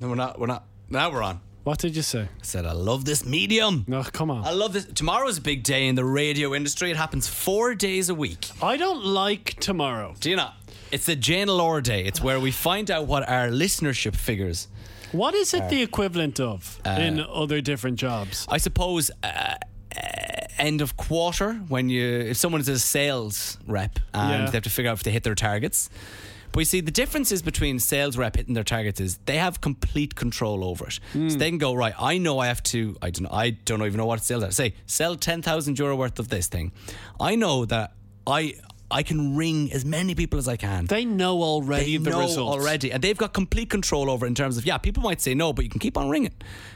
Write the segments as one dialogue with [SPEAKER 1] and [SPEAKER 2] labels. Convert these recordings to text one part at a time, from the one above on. [SPEAKER 1] No, we're not. We're not. Now we're on.
[SPEAKER 2] What did you say?
[SPEAKER 1] I said, I love this medium.
[SPEAKER 2] No, come on.
[SPEAKER 1] I love this. Tomorrow's a big day in the radio industry. It happens four days a week.
[SPEAKER 2] I don't like tomorrow.
[SPEAKER 1] Do you not? It's the Jane Lore Day. It's where we find out what our listenership figures.
[SPEAKER 2] What is it the
[SPEAKER 1] Uh,
[SPEAKER 2] equivalent of in other different jobs?
[SPEAKER 1] I suppose uh, uh, end of quarter when you if someone is a sales rep and
[SPEAKER 2] Yeah.
[SPEAKER 1] they have to figure out if they hit their targets. But you see, the differences between sales rep hitting their targets is they have complete control over it. So they can go right. I know I have to. I don't. I don't even know what sales are. Say sell ten thousand euro worth of this thing. I know that I I can ring as many people as I can.
[SPEAKER 2] They know already
[SPEAKER 1] They
[SPEAKER 2] the
[SPEAKER 1] know
[SPEAKER 2] results.
[SPEAKER 1] already, and they've got complete control over it in terms of yeah. People might say no, but you can keep on ringing,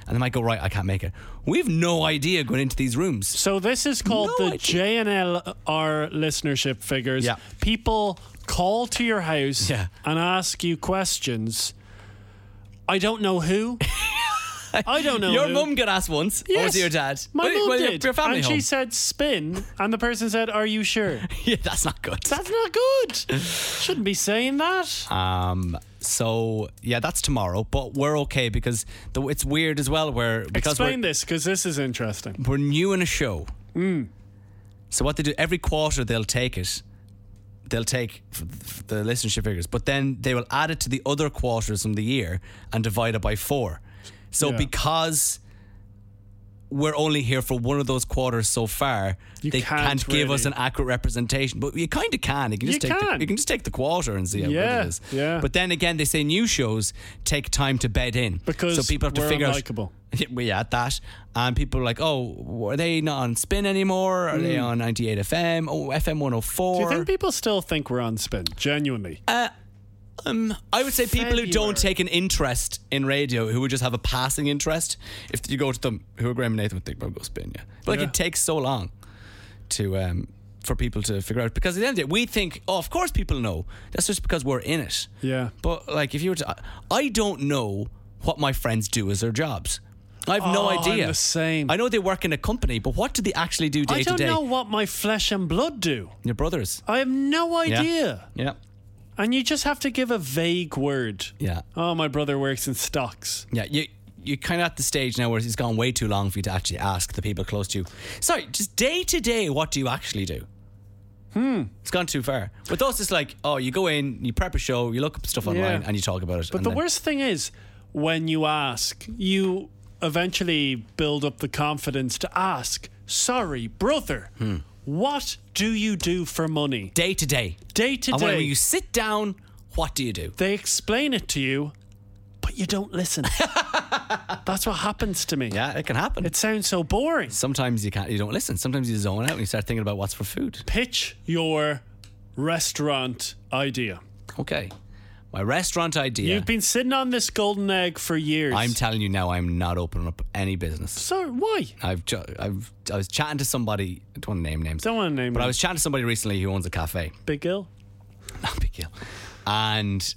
[SPEAKER 1] and they might go right. I can't make it. We have no idea going into these rooms.
[SPEAKER 2] So this is called
[SPEAKER 1] No
[SPEAKER 2] the
[SPEAKER 1] idea.
[SPEAKER 2] JNLR listenership figures.
[SPEAKER 1] Yeah.
[SPEAKER 2] People call to your house
[SPEAKER 1] Yeah.
[SPEAKER 2] and ask you questions. I don't know who. I don't know.
[SPEAKER 1] Your
[SPEAKER 2] who.
[SPEAKER 1] mum got asked once, or was
[SPEAKER 2] Yes,
[SPEAKER 1] it your dad?
[SPEAKER 2] My
[SPEAKER 1] Well,
[SPEAKER 2] mum
[SPEAKER 1] well, your-
[SPEAKER 2] did.
[SPEAKER 1] Your family
[SPEAKER 2] and
[SPEAKER 1] home.
[SPEAKER 2] she said spin, and the person said, "Are you sure?"
[SPEAKER 1] yeah, that's not good.
[SPEAKER 2] That's not good. Shouldn't be saying that.
[SPEAKER 1] Um. So yeah, that's tomorrow, but we're okay because the, it's weird as well. Where because
[SPEAKER 2] Explain
[SPEAKER 1] we're
[SPEAKER 2] this because this is interesting.
[SPEAKER 1] we're new in a show.
[SPEAKER 2] Mm.
[SPEAKER 1] So what they do every quarter, they'll take it. They'll take f- f- the listenership figures, but then they will add it to the other quarters from the year and divide it by four. So
[SPEAKER 2] Yeah.
[SPEAKER 1] because we're only here for one of those quarters so far,
[SPEAKER 2] You
[SPEAKER 1] they
[SPEAKER 2] can't
[SPEAKER 1] can't, give us
[SPEAKER 2] really.
[SPEAKER 1] an accurate representation. But you kind of can. You can just
[SPEAKER 2] You
[SPEAKER 1] take
[SPEAKER 2] can.
[SPEAKER 1] The, you can just take the quarter and see how
[SPEAKER 2] Yeah,
[SPEAKER 1] good it is.
[SPEAKER 2] yeah.
[SPEAKER 1] But then again, they say new shows take time to bed in
[SPEAKER 2] Because
[SPEAKER 1] so people have to
[SPEAKER 2] we're
[SPEAKER 1] figure out
[SPEAKER 2] unlikable.
[SPEAKER 1] yeah, well, yeah, that. And people are like, oh, are they not on spin anymore? Are they on 98 FM? Oh, FM 104?
[SPEAKER 2] Hmm. Do you think people still think we're on spin? Genuinely.
[SPEAKER 1] Uh, um, I would say people who
[SPEAKER 2] February.
[SPEAKER 1] don't take an interest in radio, who would just have a passing interest, if you go to them, who are Graham and Nathan would think, well, go spin, yeah. But like,
[SPEAKER 2] Yeah.
[SPEAKER 1] it takes so long to um, for people to figure out. Because at the end of the day, we think, oh, of course people know. That's just because we're in it.
[SPEAKER 2] yeah.
[SPEAKER 1] But like, if you were to, I- I don't know what my friends do as their jobs. I have
[SPEAKER 2] Oh,
[SPEAKER 1] no
[SPEAKER 2] I'm
[SPEAKER 1] idea.
[SPEAKER 2] the same.
[SPEAKER 1] I know they work in a company, but what do they actually do day
[SPEAKER 2] I
[SPEAKER 1] to
[SPEAKER 2] don't
[SPEAKER 1] day?
[SPEAKER 2] know what my flesh and blood do.
[SPEAKER 1] Your brothers.
[SPEAKER 2] I have no
[SPEAKER 1] Yeah.
[SPEAKER 2] idea.
[SPEAKER 1] Yeah.
[SPEAKER 2] And you just have to give a vague word.
[SPEAKER 1] Yeah.
[SPEAKER 2] Oh, my brother works in stocks.
[SPEAKER 1] Yeah. You. You're kind of at the stage now where it's gone way too long for you to actually ask the people close to you. Sorry, just day to day, what do you actually do? Hmm. It's gone too far. With us, it's like, oh, you go in, you prep a show, you look up stuff online, and you talk about it.
[SPEAKER 2] But
[SPEAKER 1] and
[SPEAKER 2] the
[SPEAKER 1] then-
[SPEAKER 2] worst thing is when you ask, you eventually build up the confidence to ask, sorry, brother,
[SPEAKER 1] Hmm.
[SPEAKER 2] what do you do for money?
[SPEAKER 1] day to day.
[SPEAKER 2] Day to
[SPEAKER 1] And when
[SPEAKER 2] day,
[SPEAKER 1] you sit down, what do you do?
[SPEAKER 2] they explain it to you, but you don't listen. That's what happens to me.
[SPEAKER 1] Yeah, it can happen.
[SPEAKER 2] It sounds so boring.
[SPEAKER 1] sometimes you can't you don't listen sometimes you zone out and you start thinking about what's for food
[SPEAKER 2] Pitch your restaurant idea.
[SPEAKER 1] okay my restaurant idea
[SPEAKER 2] You've been sitting on this golden egg for years.
[SPEAKER 1] i'm telling you now i'm not opening up any business
[SPEAKER 2] so why?
[SPEAKER 1] i've ju- i've i was chatting to somebody i don't want to name names
[SPEAKER 2] Don't want to name
[SPEAKER 1] but i
[SPEAKER 2] it.
[SPEAKER 1] was chatting to somebody recently who owns a cafe
[SPEAKER 2] Big Ill.
[SPEAKER 1] not big deal and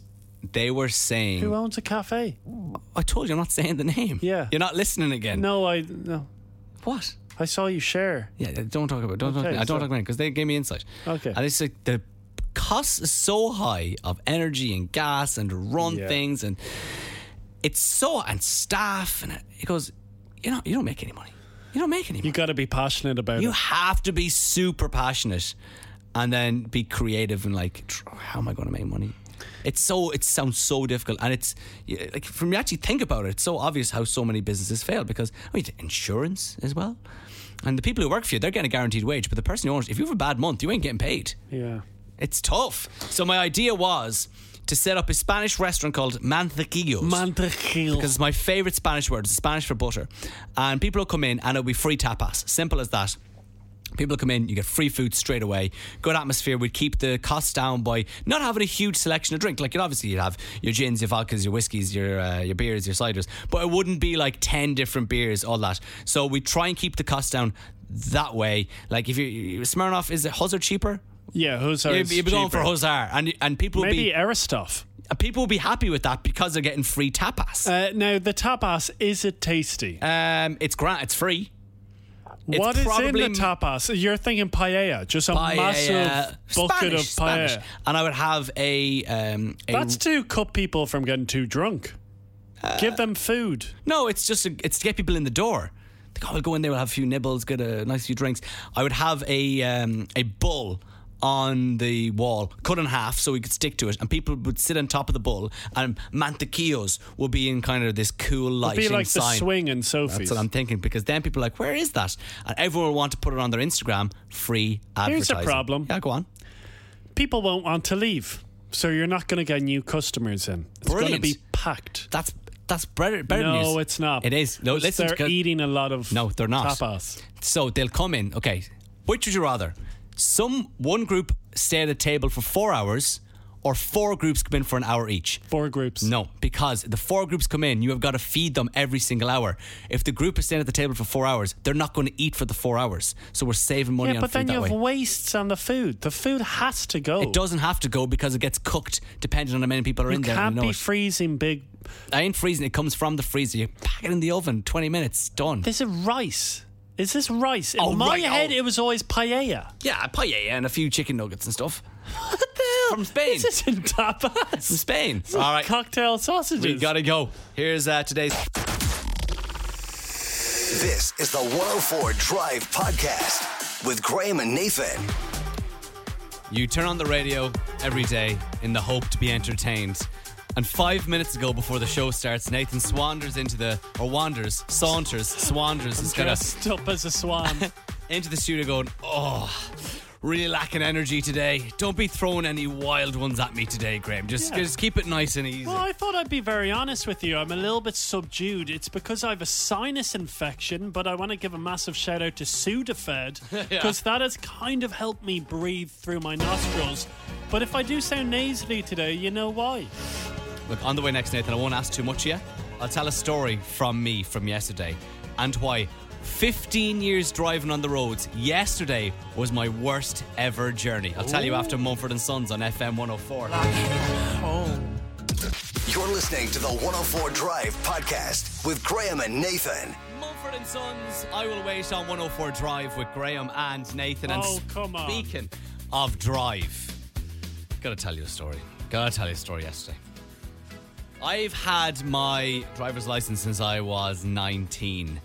[SPEAKER 1] they were saying
[SPEAKER 2] Who owns a cafe?
[SPEAKER 1] i told you i'm not saying the name
[SPEAKER 2] Yeah.
[SPEAKER 1] you're not listening again
[SPEAKER 2] No, I no.
[SPEAKER 1] what
[SPEAKER 2] I saw you share.
[SPEAKER 1] Yeah, yeah, don't talk about. Don't talk.
[SPEAKER 2] Okay,
[SPEAKER 1] I don't
[SPEAKER 2] so-
[SPEAKER 1] talk about it because they gave me insight.
[SPEAKER 2] Okay.
[SPEAKER 1] And it's like the cost is so high of energy and gas and to run
[SPEAKER 2] Yeah.
[SPEAKER 1] things and it's so and staff and it, it goes. You know, you don't make any money. You don't make any.
[SPEAKER 2] You
[SPEAKER 1] money.
[SPEAKER 2] got to be passionate about
[SPEAKER 1] You
[SPEAKER 2] it.
[SPEAKER 1] have to be super passionate, and then be creative and like, tr- how am I going to make money? It's so it sounds so difficult, and it's y- like from you actually think about it, it's so obvious how so many businesses fail because I mean insurance as well, and the people who work for you they're getting a guaranteed wage, but the person who owns if you have a bad month, you ain't getting paid.
[SPEAKER 2] Yeah.
[SPEAKER 1] It's tough. So my idea was to set up a Spanish restaurant called Mantequillos. Because
[SPEAKER 2] Mantequilla.
[SPEAKER 1] it's my favorite Spanish word. It's Spanish for butter. And people will come in and it'll be free tapas. Simple as that. People come in, you get free food straight away. Good atmosphere. We'd keep the costs down by not having a huge selection of drink. Like you'd obviously you'd have your gins, your vodkas, your whiskies, your uh, your beers, your ciders, but it wouldn't be like ten different beers, all that. So we try and keep the costs down that way. Like if you Smirnoff is it Huzzard cheaper?
[SPEAKER 2] Yeah, who's our
[SPEAKER 1] You'd be you'd be going for Huzzard, and and people will
[SPEAKER 2] Maybe
[SPEAKER 1] be
[SPEAKER 2] Aristoff.
[SPEAKER 1] people will be happy with that because they're getting free tapas.
[SPEAKER 2] Uh, now the tapas is it tasty?
[SPEAKER 1] Um, it's grant. It's free. It's
[SPEAKER 2] what is in
[SPEAKER 1] probably
[SPEAKER 2] the tapas? You're thinking paella, just a
[SPEAKER 1] paella.
[SPEAKER 2] massive bucket
[SPEAKER 1] uh, Spanish,
[SPEAKER 2] of paella.
[SPEAKER 1] Spanish. And I would have a um a,
[SPEAKER 2] That's to cut people from getting too drunk. Give them food.
[SPEAKER 1] No, it's just a, it's to get people in the door. Like, oh, we'll go in there, we'll have a few nibbles, get a nice few drinks. I would have a um, a bull on the wall, cut in half so we could stick to it, and people would sit on top of the bull, and mantequillos would be in kind of this cool lighting
[SPEAKER 2] Be like the
[SPEAKER 1] sign.
[SPEAKER 2] swing and Sophie's.
[SPEAKER 1] That's what I'm thinking because then people are like, where is that? And everyone will want to put it on their Instagram. Free advertising.
[SPEAKER 2] Here's the problem.
[SPEAKER 1] Yeah, go on.
[SPEAKER 2] People won't want to leave, so you're not going to get new customers in. It's going to
[SPEAKER 1] Brilliant.
[SPEAKER 2] be packed.
[SPEAKER 1] That's that's better, better news.
[SPEAKER 2] no, it's not.
[SPEAKER 1] It is. No,
[SPEAKER 2] Because
[SPEAKER 1] listen.
[SPEAKER 2] They're e-
[SPEAKER 1] because-
[SPEAKER 2] eating a lot of
[SPEAKER 1] No, they're not.
[SPEAKER 2] tapas.
[SPEAKER 1] So they'll come in. Okay, which would you rather? Some one group stay at a table for four hours, or four groups come in for an hour each.
[SPEAKER 2] Four groups.
[SPEAKER 1] No, because the four groups come in, you have got to feed them every single hour. If the group is staying at the table for four hours, they're not going to eat for the four hours. So we're saving money
[SPEAKER 2] Yeah,
[SPEAKER 1] on
[SPEAKER 2] but
[SPEAKER 1] food
[SPEAKER 2] then
[SPEAKER 1] that
[SPEAKER 2] you have
[SPEAKER 1] way.
[SPEAKER 2] wastes on the food. The food has to go.
[SPEAKER 1] it doesn't have to go because it gets cooked depending on how many people are
[SPEAKER 2] You
[SPEAKER 1] in there. and
[SPEAKER 2] can't
[SPEAKER 1] you know
[SPEAKER 2] be
[SPEAKER 1] it.
[SPEAKER 2] freezing big.
[SPEAKER 1] I ain't freezing. It comes from the freezer. You pack it in the oven. Twenty minutes. Done.
[SPEAKER 2] This is rice. Is this rice? In
[SPEAKER 1] Oh,
[SPEAKER 2] my
[SPEAKER 1] right,
[SPEAKER 2] head,
[SPEAKER 1] oh.
[SPEAKER 2] it was always paella.
[SPEAKER 1] Yeah, a paella and a few chicken nuggets and stuff
[SPEAKER 2] What the hell?
[SPEAKER 1] From Spain.
[SPEAKER 2] This isn't tapas.
[SPEAKER 1] from Spain. All right,
[SPEAKER 2] Cocktail sausages.
[SPEAKER 1] we gotta go. Here's uh, today's.
[SPEAKER 3] This is the 104 Drive Podcast with Graham and Nathan.
[SPEAKER 1] You turn on the radio every day in the hope to be entertained. And five minutes ago, before the show starts, Nathan swanders into the or wanders, saunters, swanders instead of
[SPEAKER 2] dressed up as a swan.
[SPEAKER 1] into the studio going, oh, really lacking energy today. Don't be throwing any wild ones at me today, Graham. Just,
[SPEAKER 2] Yeah.
[SPEAKER 1] just keep it nice and easy.
[SPEAKER 2] well, Oh, I thought I'd be very honest with you. I'm a little bit subdued. It's because I have a sinus infection, but I want to give a massive shout out to Sudafed because that has kind of helped me breathe through my nostrils. But if I do sound nasally today, you know why.
[SPEAKER 1] Look, on the way next, Nathan, I won't ask too much of you. I'll tell a story from me from yesterday and why 15 years driving on the roads yesterday was my worst ever journey. I'll tell you after Mumford & Sons on FM 104.
[SPEAKER 3] You're listening to the 104 Drive Podcast with Graham and Nathan.
[SPEAKER 1] Mumford & Sons, I Will Wait on 104 Drive with Graham and Nathan. And
[SPEAKER 2] Oh, come on.
[SPEAKER 1] speaking of drive, gotta tell you a story. Gotta tell you a story yesterday. I've had my driver's license since I was 19.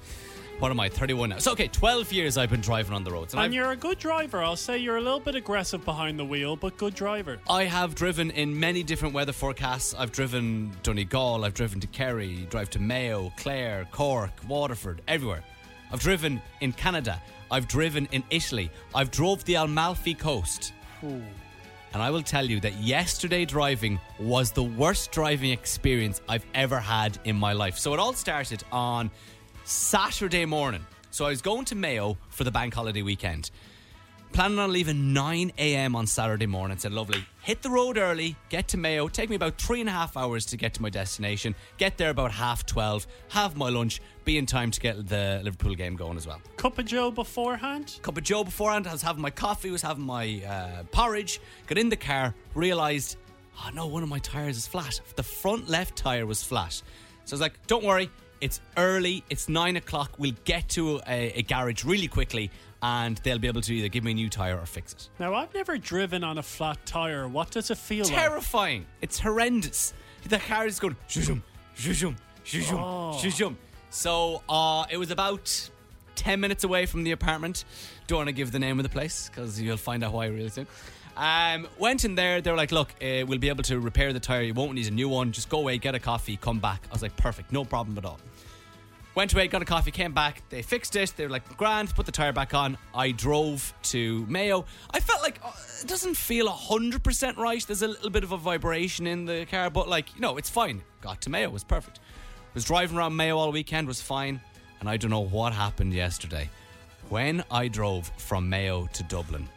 [SPEAKER 1] What am I, 31 now? So, okay, 12 years I've been driving on the roads.
[SPEAKER 2] And
[SPEAKER 1] I've-
[SPEAKER 2] you're a good driver. I'll say you're a little bit aggressive behind the wheel, but good driver.
[SPEAKER 1] I have driven in many different weather forecasts. I've driven Donegal, I've driven to Kerry, drive to Mayo, Clare, Cork, Waterford, everywhere. I've driven in Canada. I've driven in Italy. I've drove the Amalfi Coast. And I will tell you that yesterday driving was the worst driving experience I've ever had in my life. So it all started on Saturday morning. So I was going to Mayo for the bank holiday weekend planning on leaving 9 a.m. on Saturday morning. Said, lovely, hit the road early, get to Mayo. Take me about three and a half hours to get to my destination. Get there about half 12, have my lunch, be in time to get the Liverpool game going as well.
[SPEAKER 2] Cup of Joe beforehand?
[SPEAKER 1] Cup of Joe beforehand, I was having my coffee, was having my uh, porridge. Got in the car, realised, oh no, one of my tyres is flat. The front left tyre was flat. So I was like, don't worry, it's early, it's nine o'clock, we'll get to a, a garage really quickly and they'll be able to either give me a new tyre or fix it.
[SPEAKER 2] Now, I've never driven on a flat tire. What does it feel like?
[SPEAKER 1] terrifying. It's horrendous. The car is going zhuzhum, zhuzhum, zhuzhum, zhuzhum. So uh, it was about 10 minutes away from the apartment. Don't want to give the name of the place because you'll find out why really soon. Um, went in there, they were like, Look, uh, we'll be able to repair the tyre. You won't need a new one. Just go away, get a coffee, come back. I was like, Perfect, no problem at all. Went away, got a coffee, came back. They fixed it. They were like, grand, put the tyre back on. I drove to Mayo. I felt like uh, it doesn't feel 100% right. There's a little bit of a vibration in the car, but like, you know, it's fine. Got to Mayo, it was perfect. Was driving around Mayo all weekend, was fine. And I don't know what happened yesterday. When I drove from Mayo to Dublin,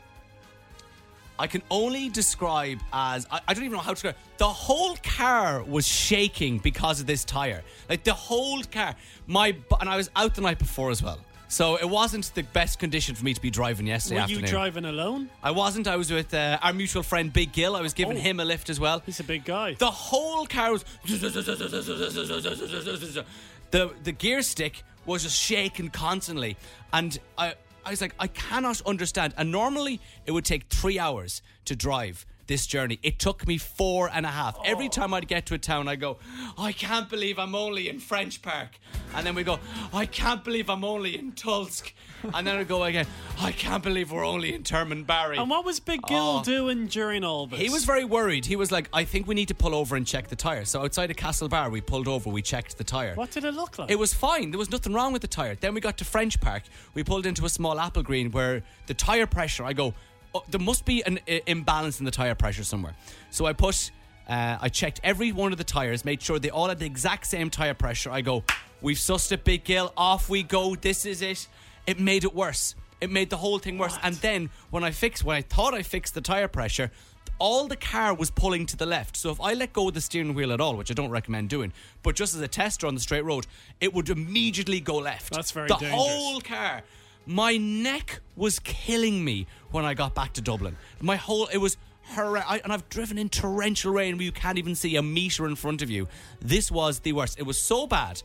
[SPEAKER 1] I can only describe as I, I don't even know how to describe. The whole car was shaking because of this tire. Like the whole car. My bu- and I was out the night before as well, so it wasn't the best condition for me to be driving yesterday
[SPEAKER 2] Were
[SPEAKER 1] afternoon.
[SPEAKER 2] you driving alone?
[SPEAKER 1] I wasn't. I was with uh, our mutual friend Big Gill. I was giving
[SPEAKER 2] Oh.
[SPEAKER 1] him a lift as well.
[SPEAKER 2] He's a big guy.
[SPEAKER 1] The whole car was. The the gear stick was just shaking constantly, and I I was like, I cannot understand. And normally it would take three hours to drive. this journey. It took me four and a half. Every time I'd get to a town, I go, I can't believe I'm only in French Park. And then we go, I can't believe I'm only in Tulsk. And then I go again, I can't believe we're only in Termanbury.
[SPEAKER 2] And what was Big Gil
[SPEAKER 1] Oh.
[SPEAKER 2] doing during all this?
[SPEAKER 1] He was very worried. He was like, I think we need to pull over and check the tyre. So outside of Castle Bar, we pulled over, we checked the tyre.
[SPEAKER 2] What did it look like?
[SPEAKER 1] It was fine. There was nothing wrong with the tyre. Then we got to French Park. We pulled into a small apple green where the tyre pressure, I go, oh, there must be an i- imbalance in the tyre pressure somewhere. So I put, uh, I checked every one of the tyres, made sure they all had the exact same tyre pressure. I go, we've sussed it, Big Gill. Off we go. This is it. It made it worse. It made the whole thing worse. And then when I fixed, when I thought I fixed the tyre pressure, all the car was pulling to the left. So if I let go of the steering wheel at all, which I don't recommend doing, but just as a tester on the straight road, it would immediately go left.
[SPEAKER 2] That's very
[SPEAKER 1] The
[SPEAKER 2] dangerous.
[SPEAKER 1] whole car. My neck was killing me when I got back to Dublin. My whole it was horrendous. and I've driven in torrential rain where you can't even see a meter in front of you. This was the worst. It was so bad.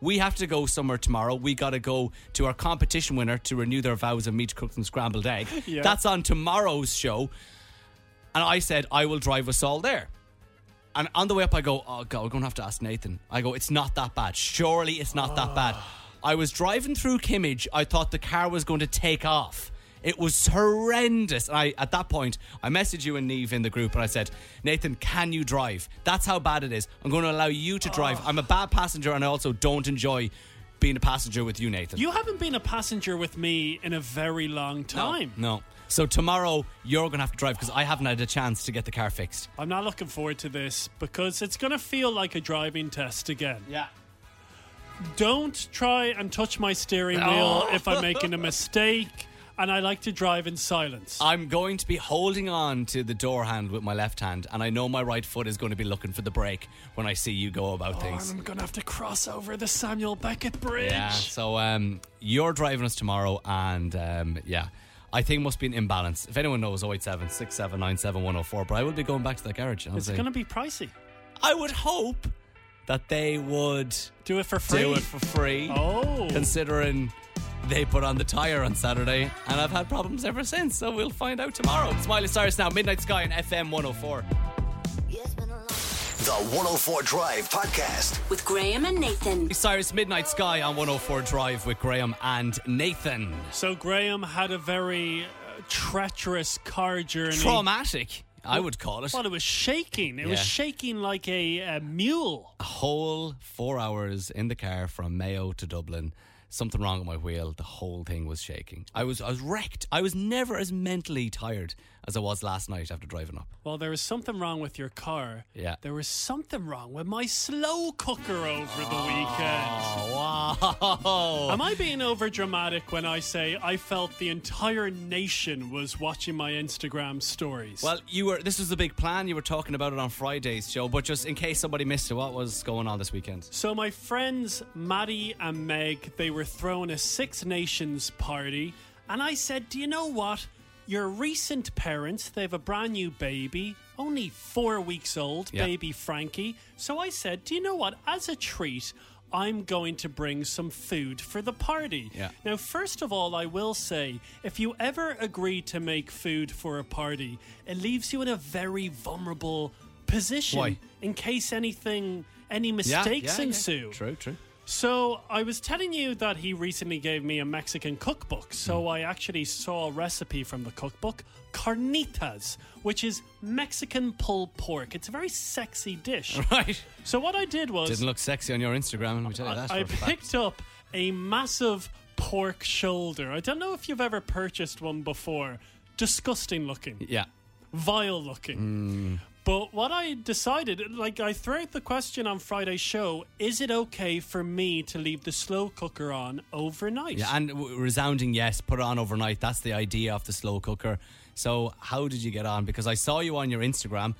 [SPEAKER 1] We have to go somewhere tomorrow. We got to go to our competition winner to renew their vows of meat cooked and scrambled egg.
[SPEAKER 2] Yeah.
[SPEAKER 1] That's on tomorrow's show. And I said, I will drive us all there. And on the way up, I go, oh God, we're going to have to ask Nathan. I go, it's not that bad. Surely it's not that bad. I was driving through Kimmage. I thought the car was going to take off. It was horrendous. And I, at that point, I messaged you and Neve in the group and I said, Nathan, can you drive? That's how bad it is. I'm going to allow you to drive. I'm a bad passenger and I also don't enjoy being a passenger with you, Nathan.
[SPEAKER 2] You haven't been a passenger with me in a very long time.
[SPEAKER 1] No. So tomorrow, you're going to have to drive because I haven't had a chance to get the car fixed.
[SPEAKER 2] I'm not looking forward to this because it's going to feel like a driving test again.
[SPEAKER 1] Yeah.
[SPEAKER 2] Don't try and touch my steering wheel if I'm making a mistake, and I like to drive in silence.
[SPEAKER 1] I'm going to be holding on to the door handle with my left hand, and I know my right foot is going to be looking for the brake when I see you go about things.
[SPEAKER 2] Oh, I'm going to have to cross over the Samuel Beckett Bridge.
[SPEAKER 1] Yeah. So um, you're driving us tomorrow, and um, yeah, I think must be an imbalance. If anyone knows, 087 679 104, But I will be going back to the garage. and I'll
[SPEAKER 2] It's
[SPEAKER 1] say-
[SPEAKER 2] going to be pricey.
[SPEAKER 1] I would hope that they would
[SPEAKER 2] Do it for free.
[SPEAKER 1] do it for free,
[SPEAKER 2] oh.
[SPEAKER 1] considering. They put on the tire on Saturday, and I've had problems ever since. So we'll find out tomorrow. It's Miley Cyrus now, Midnight Sky, and FM 104.
[SPEAKER 3] The 104 Drive Podcast.
[SPEAKER 4] With Graham and Nathan.
[SPEAKER 1] Cyrus Midnight Sky on 104 Drive with Graham and Nathan.
[SPEAKER 2] so Graham had a very uh, treacherous car journey.
[SPEAKER 1] Traumatic, I would call it.
[SPEAKER 2] Well, it was shaking. It was
[SPEAKER 1] Yeah.
[SPEAKER 2] shaking like a, uh mule.
[SPEAKER 1] A whole four hours in the car from Mayo to Dublin. Something wrong with my wheel. The whole thing was shaking. I was I was wrecked. I was never as mentally tired as I was last night after driving up.
[SPEAKER 2] Well, there was something wrong with your car.
[SPEAKER 1] Yeah.
[SPEAKER 2] There was something wrong with my slow cooker over the weekend.
[SPEAKER 1] Oh wow!
[SPEAKER 2] Am I being overdramatic when I say I felt the entire nation was watching my Instagram stories?
[SPEAKER 1] Well, you were. This was the big plan. You were talking about it on Friday's show, but just in case somebody missed it, what was going on this weekend?
[SPEAKER 2] So my friends Maddie and Meg, they were throwing a Six Nations party, and I said, "Do you know what? Your recent parents, they have a brand new baby, only 4 weeks old,
[SPEAKER 1] Yeah.
[SPEAKER 2] baby Frankie." So I said, "Do you know what? As a treat, I'm going to bring some food for the party."
[SPEAKER 1] Yeah.
[SPEAKER 2] Now, first of all, I will say if you ever agree to make food for a party, it leaves you in a very vulnerable position
[SPEAKER 1] Why?
[SPEAKER 2] in case anything any
[SPEAKER 1] Yeah,
[SPEAKER 2] mistakes
[SPEAKER 1] yeah, yeah.
[SPEAKER 2] ensue.
[SPEAKER 1] True, true.
[SPEAKER 2] So I was telling you that he recently gave me a Mexican cookbook.
[SPEAKER 1] Hmm.
[SPEAKER 2] So I actually saw a recipe from the cookbook, carnitas, which is Mexican pulled pork. It's a very sexy dish.
[SPEAKER 1] Right.
[SPEAKER 2] So what I did was
[SPEAKER 1] Didn't look sexy on your Instagram. Let me tell you that.
[SPEAKER 2] I, I
[SPEAKER 1] for a fact.
[SPEAKER 2] picked up a massive pork shoulder. I don't know if you've ever purchased one before. Disgusting looking
[SPEAKER 1] Yeah.
[SPEAKER 2] vile looking. But what I decided, like I threw out the question on Friday's show, is it okay for me to leave the slow cooker on overnight?
[SPEAKER 1] Yeah, and w- resounding yes, put it on overnight. That's the idea of the slow cooker. So, how did you get on? Because I saw you on your Instagram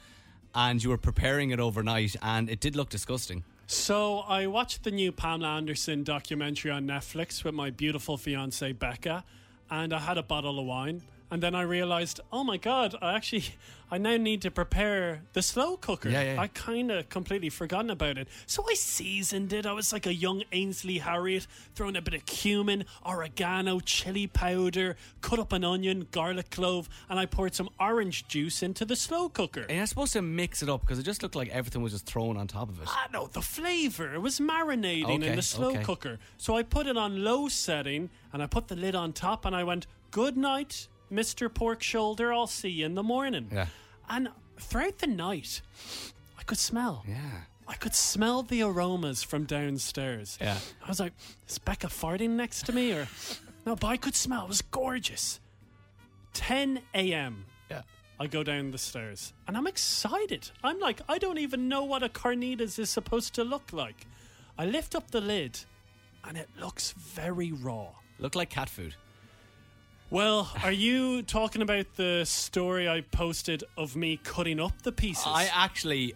[SPEAKER 1] and you were preparing it overnight and it did look disgusting.
[SPEAKER 2] So I watched the new Pamela Anderson documentary on Netflix with my beautiful fiance Becca, and I had a bottle of wine. And then I realized, oh my god, I actually I now need to prepare the slow cooker.
[SPEAKER 1] Yeah, yeah, yeah.
[SPEAKER 2] I kind of completely forgotten about it. So I seasoned it. I was like a young Ainsley Harriet, throwing a bit of cumin, oregano, chili powder, cut up an onion, garlic clove, and I poured some orange juice into the slow cooker.
[SPEAKER 1] And you're supposed to mix it up because it just looked like everything was just thrown on top of it.
[SPEAKER 2] Ah, no, the flavor. It was marinating
[SPEAKER 1] Okay,
[SPEAKER 2] in the slow
[SPEAKER 1] okay.
[SPEAKER 2] cooker. So I put it on low setting and I put the lid on top and I went, Good night, Mr. Pork Shoulder. I'll see you in the morning.
[SPEAKER 1] Yeah.
[SPEAKER 2] And throughout the night, I could smell.
[SPEAKER 1] Yeah.
[SPEAKER 2] I could smell the aromas from downstairs.
[SPEAKER 1] Yeah.
[SPEAKER 2] I was like, is Becca farting next to me? Or no, but I could smell. It was gorgeous. 10 a.m.
[SPEAKER 1] Yeah.
[SPEAKER 2] I go down the stairs and I'm excited. I'm like, I don't even know what a carnitas is supposed to look like. I lift up the lid and it looks very raw.
[SPEAKER 1] Looked like cat food.
[SPEAKER 2] Well, are you talking about the story I posted of me cutting up the pieces?
[SPEAKER 1] I actually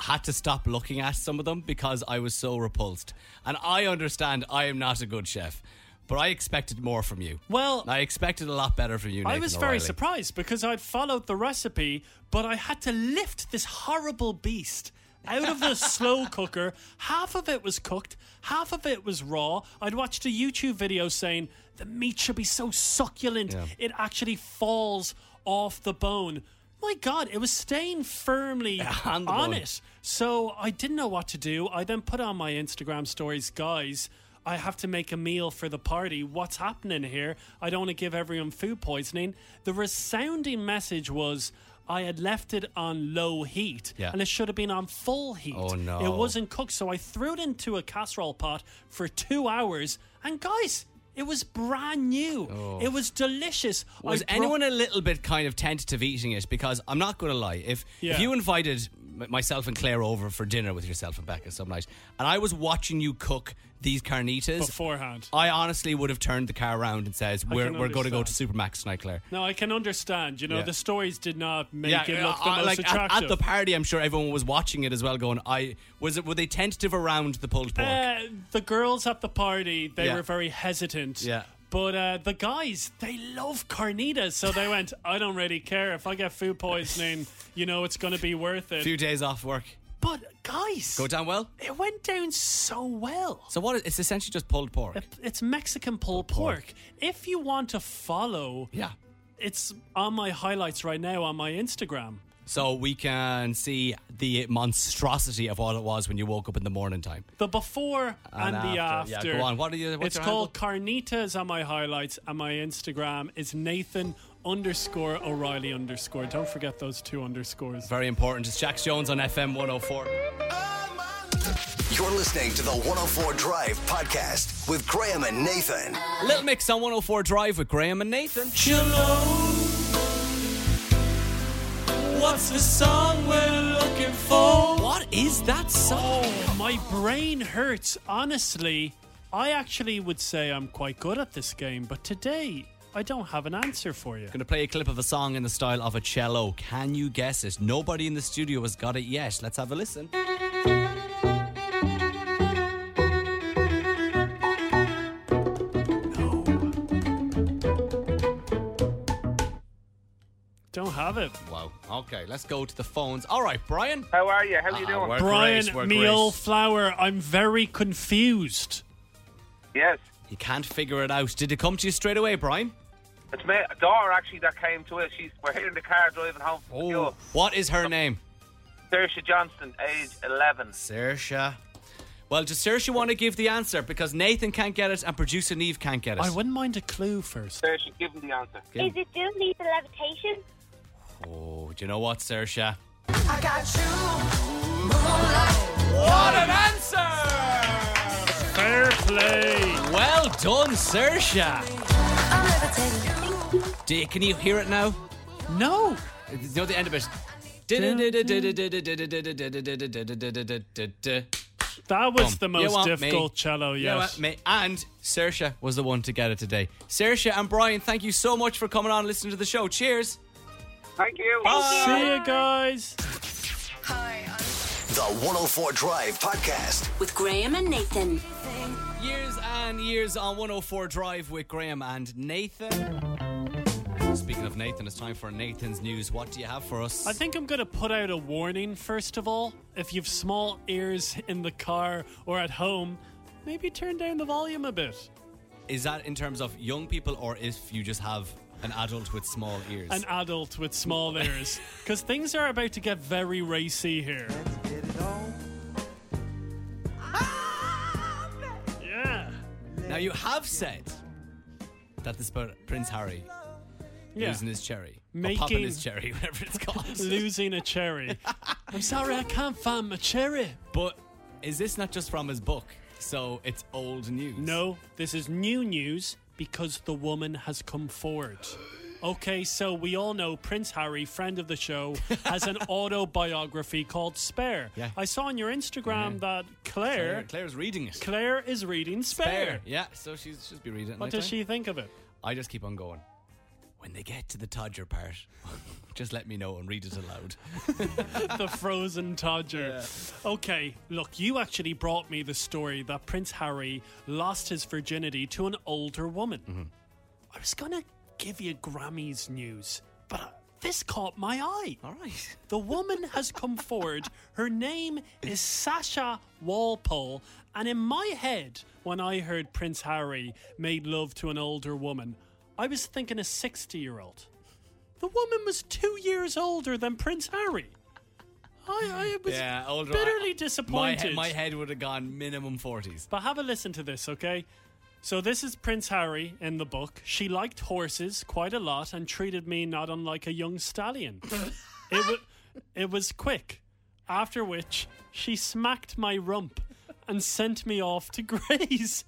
[SPEAKER 1] had to stop looking at some of them because I was so repulsed. And I understand I am not a good chef, but I expected more from you.
[SPEAKER 2] well,
[SPEAKER 1] I expected a lot better from you.
[SPEAKER 2] I
[SPEAKER 1] Nathan
[SPEAKER 2] was very
[SPEAKER 1] O'Reilly.
[SPEAKER 2] surprised because I'd followed the recipe, but I had to lift this horrible beast out of the slow cooker. Half of it was cooked, half of it was raw. I'd watched a YouTube video saying the meat should be so succulent
[SPEAKER 1] Yeah.
[SPEAKER 2] it actually falls off the bone. My God, it was staying firmly
[SPEAKER 1] on
[SPEAKER 2] on,
[SPEAKER 1] the bone.
[SPEAKER 2] it. So I didn't know what to do. I then put on my Instagram stories, guys. I have to make a meal for the party. What's happening here? I don't want to give everyone food poisoning. The resounding message was I had left it on low heat
[SPEAKER 1] Yeah.
[SPEAKER 2] and it should have been on full heat.
[SPEAKER 1] Oh, no.
[SPEAKER 2] It wasn't cooked, so I threw it into a casserole pot for two hours. And guys, it was brand new. It was delicious. I
[SPEAKER 1] Oh. Was
[SPEAKER 2] brought-
[SPEAKER 1] anyone a little bit kind of tentative eating it? Because I'm not going to lie, if
[SPEAKER 2] Yeah.
[SPEAKER 1] if you invited m- myself and Claire over for dinner with yourself and Becca some night, and I was watching you cook these carnitas
[SPEAKER 2] beforehand?
[SPEAKER 1] I honestly would have turned the car around and says, "We're
[SPEAKER 2] can
[SPEAKER 1] we're going to go to
[SPEAKER 2] understand.
[SPEAKER 1] Supermax tonight, Claire."
[SPEAKER 2] No, I can understand. You know,
[SPEAKER 1] Yeah.
[SPEAKER 2] the stories did not make it look the
[SPEAKER 1] I-
[SPEAKER 2] most
[SPEAKER 1] like at-
[SPEAKER 2] attractive.
[SPEAKER 1] at, the party, I'm sure everyone was watching it as well. Going, I was it? Were they tentative around the pulled pork?
[SPEAKER 2] Uh, the girls at the party, they
[SPEAKER 1] Yeah.
[SPEAKER 2] were very hesitant.
[SPEAKER 1] Yeah.
[SPEAKER 2] But uh, the guys, they love carnitas, so they went. I don't really care if I get food poisoning. You know, it's going to be worth
[SPEAKER 1] a
[SPEAKER 2] it.
[SPEAKER 1] few days off work,
[SPEAKER 2] But guys,
[SPEAKER 1] go down well.
[SPEAKER 2] it went down so well.
[SPEAKER 1] So what? It's essentially just pulled pork.
[SPEAKER 2] It's Mexican pulled pork. If you want to follow,
[SPEAKER 1] Yeah.
[SPEAKER 2] it's on my highlights right now on my Instagram.
[SPEAKER 1] So we can see the monstrosity of what it was when you woke up in the morning time.
[SPEAKER 2] The before and, the
[SPEAKER 1] after.
[SPEAKER 2] after.
[SPEAKER 1] Yeah, go on. What are you- what's
[SPEAKER 2] it's
[SPEAKER 1] your
[SPEAKER 2] called Carnitas on my highlights, and my Instagram is Nathan underscore O'Reilly underscore. Don't forget those two underscores.
[SPEAKER 1] Very important. It's Jax Jones on FM 104.
[SPEAKER 3] You're listening to the 104 Drive Podcast with Graham and Nathan.
[SPEAKER 1] Little Mix on 104 Drive with Graham and Nathan.
[SPEAKER 2] What's the song we're looking for?
[SPEAKER 1] What is that song?
[SPEAKER 2] Oh, my brain hurts. Honestly, I actually would say I'm quite good at this game, but today I don't have an answer for you.
[SPEAKER 1] Going to play a clip of a song in the style of a cello. Can you guess it? Nobody in the studio has got it yet. Let's have a listen.
[SPEAKER 2] Don't have it.
[SPEAKER 1] Wow. Okay, let's go to the phones. All right, Brian.
[SPEAKER 4] How are you? How are you
[SPEAKER 1] Ah,
[SPEAKER 4] doing?
[SPEAKER 1] we're
[SPEAKER 2] Brian
[SPEAKER 1] great, we're great.
[SPEAKER 2] Meal Flower, I'm very confused.
[SPEAKER 4] Yes.
[SPEAKER 1] You can't figure it out. Did it come to you straight away, Brian?
[SPEAKER 4] It's my daughter actually that came to us. She's we're here in the car driving home from
[SPEAKER 1] Oh.
[SPEAKER 4] school.
[SPEAKER 1] What is her name?
[SPEAKER 4] Saoirse Johnston, age eleven.
[SPEAKER 1] Sersha. Well, does Sersha want to give the answer? Because Nathan can't get it and producer Neve can't get it.
[SPEAKER 2] I wouldn't mind a clue first.
[SPEAKER 4] Saoirse, give him the answer.
[SPEAKER 1] Yeah.
[SPEAKER 5] Is it still need the levitation?
[SPEAKER 1] oh, do you know what, Sersha?
[SPEAKER 6] I got you. Moonlight.
[SPEAKER 1] What an answer!
[SPEAKER 2] Fair play.
[SPEAKER 1] Well done, Sersha.
[SPEAKER 6] I'm levitating.
[SPEAKER 1] Do you, can you hear it now?
[SPEAKER 2] No.
[SPEAKER 1] You know the end of it.
[SPEAKER 2] That was
[SPEAKER 1] Boom.
[SPEAKER 2] the
[SPEAKER 1] You
[SPEAKER 2] most
[SPEAKER 1] want me.
[SPEAKER 2] difficult cello
[SPEAKER 1] You know
[SPEAKER 2] yet.
[SPEAKER 1] what, mate? And Sersha was the one to get it today. Sersha and Brian, thank you so much for coming on and listening to the show. Cheers.
[SPEAKER 4] Thank you.
[SPEAKER 2] See you guys.
[SPEAKER 6] Hi, I'm
[SPEAKER 3] The 104 Drive Podcast.
[SPEAKER 7] with Graham and Nathan.
[SPEAKER 2] oh
[SPEAKER 1] Years and years on 104 Drive with Graham and Nathan. Speaking of Nathan, it's time for Nathan's news. What do you have for us?
[SPEAKER 2] I think I'm going to put out a warning first of all. If you've small ears in the car or at home, maybe turn down the volume a bit.
[SPEAKER 1] Is that in terms of young people or if you just have an adult with small ears?
[SPEAKER 2] An adult with small ears, because things are about to get very racy here. Yeah.
[SPEAKER 1] now, you have said that this about Prince Harry
[SPEAKER 2] Yeah.
[SPEAKER 1] losing his cherry. Or
[SPEAKER 2] Making-
[SPEAKER 1] popping his cherry, whatever it's called.
[SPEAKER 2] Losing a cherry. I'm sorry, I can't find my cherry.
[SPEAKER 1] but is this not just from his book? So it's old news.
[SPEAKER 2] No, this is new news because the woman has come forward. Okay, so we all know Prince Harry, friend of the show, has an autobiography called Spare.
[SPEAKER 1] Yeah.
[SPEAKER 2] I saw on your Instagram that Claire,
[SPEAKER 1] Claire,
[SPEAKER 2] Claire
[SPEAKER 1] Claire's reading it.
[SPEAKER 2] is reading Spare.
[SPEAKER 1] Yeah, so she's she'll be reading it.
[SPEAKER 2] What does she think of it?
[SPEAKER 1] I just keep on going. When they get to the Todger part, just let me know and read it aloud.
[SPEAKER 2] the frozen Todger. Okay, look, you actually brought me the story that Prince Harry lost his virginity to an older woman. I was gonna give you Grammys news, but uh, this caught my eye.
[SPEAKER 1] All right.
[SPEAKER 2] The woman has come forward. Her name is Sasha Walpole. And in my head, when I heard Prince Harry made love to an older woman, I was thinking a 60 year old. The woman was two years older than Prince Harry. I, I was
[SPEAKER 1] Yeah, older.
[SPEAKER 2] bitterly
[SPEAKER 1] My,
[SPEAKER 2] disappointed.
[SPEAKER 1] he- my head would have gone minimum 40s.
[SPEAKER 2] But have a listen to this, okay? So this is Prince Harry in the book. She liked horses quite a lot and treated me not unlike a young stallion. it, wa it was quick, after which she smacked my rump and sent me off to graze.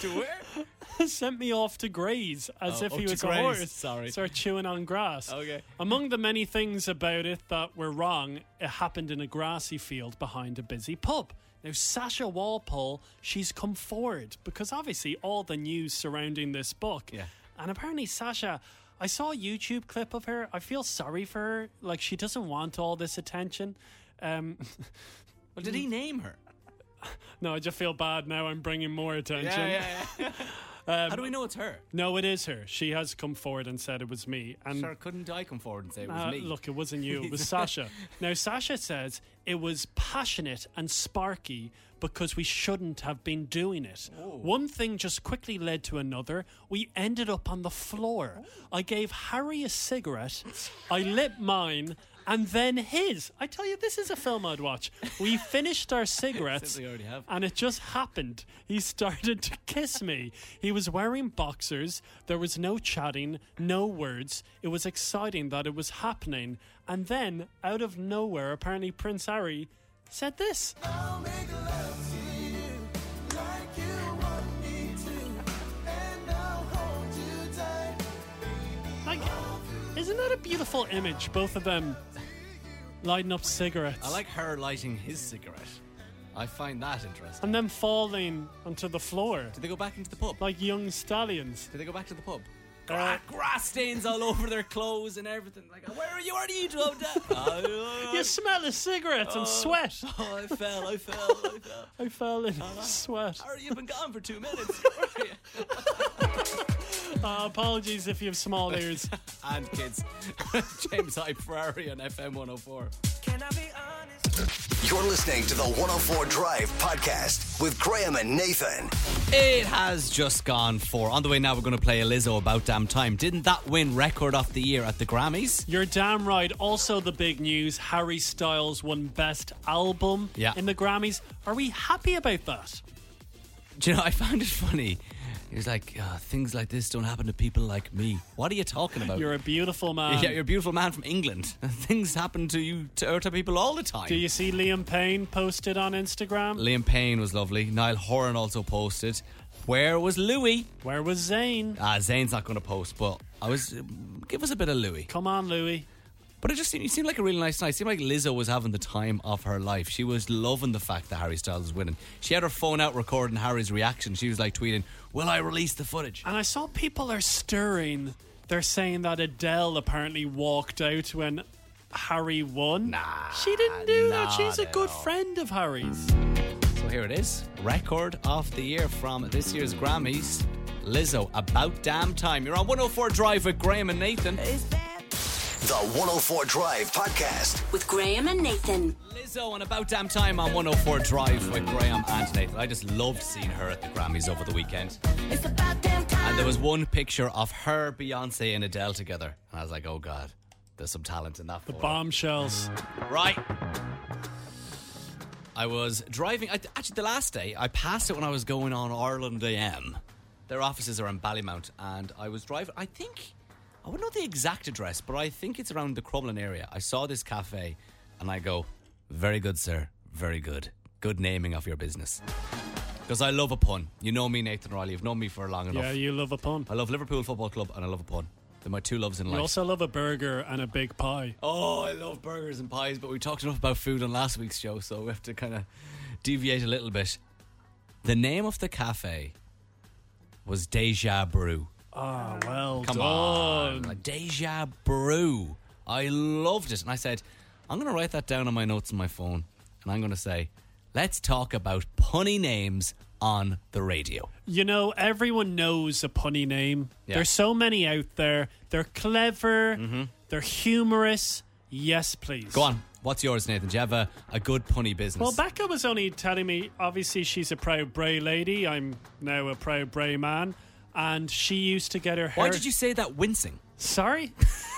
[SPEAKER 1] to where?
[SPEAKER 2] sent me off to graze as
[SPEAKER 1] Oh,
[SPEAKER 2] if
[SPEAKER 1] up
[SPEAKER 2] he
[SPEAKER 1] to
[SPEAKER 2] was a
[SPEAKER 1] graze,
[SPEAKER 2] horse.
[SPEAKER 1] sorry.
[SPEAKER 2] Start chewing on grass.
[SPEAKER 1] Okay.
[SPEAKER 2] Among the many things about it that were wrong, it happened in a grassy field behind a busy pub. Now, Sasha Walpole, she's come forward because obviously all the news surrounding this book.
[SPEAKER 1] Yeah.
[SPEAKER 2] And apparently, Sasha, I saw a YouTube clip of her. I feel sorry for her. Like, she doesn't want all this attention. Um,
[SPEAKER 1] Well, did he name her?
[SPEAKER 2] no, I just feel bad now. I'm bringing more attention.
[SPEAKER 1] yeah.
[SPEAKER 2] Um,
[SPEAKER 1] How do we know it's her?
[SPEAKER 2] No, it is her. She has come forward and said it was me. And
[SPEAKER 1] Sure, couldn't I come forward and say it was
[SPEAKER 2] Uh,
[SPEAKER 1] me?
[SPEAKER 2] Look, it wasn't you. It was Sasha. Now, Sasha says it was passionate and sparky because we shouldn't have been doing it.
[SPEAKER 1] Oh.
[SPEAKER 2] One thing just quickly led to another. We ended up on the floor. I gave Harry a cigarette. I lit mine. And then his. I tell you, this is a film I'd watch. We finished our cigarettes,
[SPEAKER 1] Since we already have.
[SPEAKER 2] and it just happened. He started to kiss me. He was wearing boxers. There was no chatting, no words. It was exciting that it was happening. And then, out of nowhere, apparently Prince Harry said this. Like, isn't that a beautiful image? Both of them lighting up cigarettes.
[SPEAKER 1] I like her lighting his cigarette. I find that interesting.
[SPEAKER 2] and them falling onto the floor
[SPEAKER 1] Did they go back into the pub?
[SPEAKER 2] like young stallions.
[SPEAKER 1] Did they go back to the pub? Ah, grass stains all over their clothes and everything. Like, "Oh, where are you? Where are you, drove down? oh,
[SPEAKER 2] You smell of cigarettes and sweat.
[SPEAKER 1] oh, I fell, I fell, I fell.
[SPEAKER 2] I fell in sweat.
[SPEAKER 1] Harry, you've been gone for two minutes.
[SPEAKER 2] Uh, apologies if you have small ears.
[SPEAKER 1] and kids, James I. Ferrari on FM 104.
[SPEAKER 3] You're listening to the 104 Drive Podcast with Graham and Nathan.
[SPEAKER 1] It has just gone four. On the way now, we're going to play Elizzo About Damn Time. Didn't that win record of the year at the Grammys?
[SPEAKER 2] You're damn right. Also, the big news Harry Styles won Best Album
[SPEAKER 1] Yeah.
[SPEAKER 2] in the Grammys. Are we happy about that?
[SPEAKER 1] Do you know, I found it funny. He was like, "Uh, things like this don't happen to people like me. What are you talking about?
[SPEAKER 2] You're a beautiful man.
[SPEAKER 1] yeah, you're a beautiful man from England. Things happen to you, to, or to people all the time.
[SPEAKER 2] Do you see Liam Payne posted on Instagram?
[SPEAKER 1] Liam Payne was lovely. Niall Horan also posted. Where was Louis?
[SPEAKER 2] Where was Zayn?
[SPEAKER 1] Ah, Zane's not going to post, but I was. um, Give us a bit of Louis.
[SPEAKER 2] Come on, Louis.
[SPEAKER 1] But it just seemed, it seemed like a really nice night. It seemed like Lizzo was having the time of her life. She was loving the fact that Harry Styles was winning. She had her phone out recording Harry's reaction. She was like tweeting, Will I release the footage?
[SPEAKER 2] And I saw people are stirring. They're saying that Adele apparently walked out when Harry won. Nah. She didn't do that.
[SPEAKER 1] not
[SPEAKER 2] She's a
[SPEAKER 1] at
[SPEAKER 2] good
[SPEAKER 1] all.
[SPEAKER 2] friend of Harry's.
[SPEAKER 1] So here it is record of the year from this year's Grammys. Lizzo, About Damn Time. You're on 104 Drive with Graham and Nathan.
[SPEAKER 3] The 104 Drive Podcast.
[SPEAKER 7] With Graham and Nathan.
[SPEAKER 1] Lizzo and About Damn Time on 104 Drive with Graham and Nathan. I just loved seeing her at the Grammys over the weekend.
[SPEAKER 6] It's about damn time.
[SPEAKER 1] And there was one picture of her, Beyonce, and Adele together. And I was like, oh God, there's some talent in that photo.
[SPEAKER 2] Bombshells.
[SPEAKER 1] Right. I was driving. I, actually, the last day, I passed it when I was going on Ireland AM. Their offices are in Ballymount, and I was driving. I think, I wouldn't know the exact address, but I think it's around the Crumlin area. I saw this cafe, and I go, Very good, sir. Very good. Good naming of your business. Because I love a pun. You know me, Nathan Riley. You've known me for long enough.
[SPEAKER 2] Yeah, you love a pun.
[SPEAKER 1] I love Liverpool Football Club, and I love a pun. They're my two loves in
[SPEAKER 2] You
[SPEAKER 1] life.
[SPEAKER 2] also love a burger and a big pie.
[SPEAKER 1] Oh, I love burgers and pies, but we talked enough about food on last week's show, so we have to kind of deviate a little bit. The name of the cafe was Deja Brew. Oh,
[SPEAKER 2] Ah, well
[SPEAKER 1] Come
[SPEAKER 2] done.
[SPEAKER 1] on. Deja Brew. I loved it. And I said, I'm going to write that down on my notes on my phone, and I'm going to say, let's talk about punny names on the radio.
[SPEAKER 2] You know, everyone knows a punny name.
[SPEAKER 1] Yeah. Mm-hmm.
[SPEAKER 2] There's so many out there. They're clever. They're humorous. Yes, please.
[SPEAKER 1] Go on. What's yours, Nathan? Do you have a, a good punny business?
[SPEAKER 2] Well, Becca was only telling me, obviously, she's a proud Bray lady. I'm now a proud Bray man. And she used to get her hair.
[SPEAKER 1] Why did you say that wincing?
[SPEAKER 2] Sorry?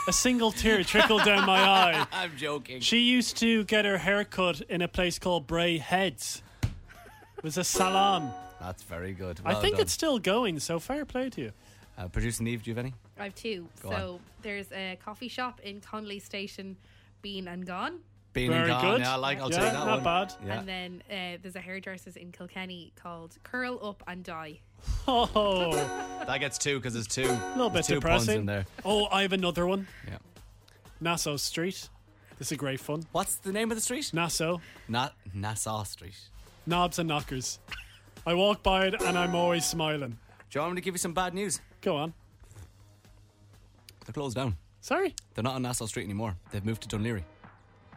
[SPEAKER 2] a single tear trickled down my eye.
[SPEAKER 1] I'm joking.
[SPEAKER 2] She used to get her hair cut in a place called Bray Heads. It was a salon.
[SPEAKER 1] That's very good.
[SPEAKER 2] I
[SPEAKER 1] Well
[SPEAKER 2] think
[SPEAKER 1] done.
[SPEAKER 2] it's still going, so fair play to you.
[SPEAKER 1] Uh, Producer Neve, do you have any?
[SPEAKER 8] I have two.
[SPEAKER 1] Go
[SPEAKER 8] so
[SPEAKER 1] on.
[SPEAKER 8] there's a coffee shop in Conley Station, Bean and Gone.
[SPEAKER 1] Being
[SPEAKER 2] Very
[SPEAKER 1] gone.
[SPEAKER 2] good.
[SPEAKER 1] Yeah, I like. I'll
[SPEAKER 2] Yeah,
[SPEAKER 1] take that one.
[SPEAKER 2] not bad.
[SPEAKER 1] Yeah.
[SPEAKER 8] And then uh, there's a hairdresser's in Kilkenny called Curl Up and Die.
[SPEAKER 2] Oh,
[SPEAKER 1] that gets two because there's two.
[SPEAKER 2] a little
[SPEAKER 1] there's
[SPEAKER 2] bit
[SPEAKER 1] two puns
[SPEAKER 2] depressing.
[SPEAKER 1] in there.
[SPEAKER 2] Oh, I have another one.
[SPEAKER 1] Yeah.
[SPEAKER 2] Nassau Street. This is great fun.
[SPEAKER 1] What's the name of the street?
[SPEAKER 2] Nassau,
[SPEAKER 1] Not Nassau Street.
[SPEAKER 2] knobs and knockers. I walk by it and I'm always smiling.
[SPEAKER 1] Do you want me to give you some bad news?
[SPEAKER 2] Go on.
[SPEAKER 1] They're closed down.
[SPEAKER 2] Sorry.
[SPEAKER 1] They're not on Nassau Street anymore. They've moved to Dunleary.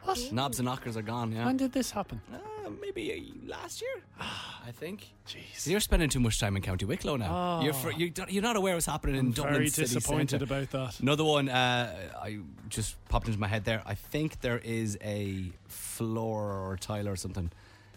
[SPEAKER 2] What?
[SPEAKER 1] Knobs and knockers are gone. Yeah.
[SPEAKER 2] When did this happen?
[SPEAKER 1] Uh, maybe uh, last year, I think.
[SPEAKER 2] Jeez. Ah.
[SPEAKER 1] So you're spending too much time in County Wicklow now. You're fr- you don't, you're not aware what's happening in Dublin
[SPEAKER 2] Very
[SPEAKER 1] city
[SPEAKER 2] disappointed
[SPEAKER 1] centre.
[SPEAKER 2] about that.
[SPEAKER 1] Another one uh, I just popped into my head there. I think there is a floor or tile or something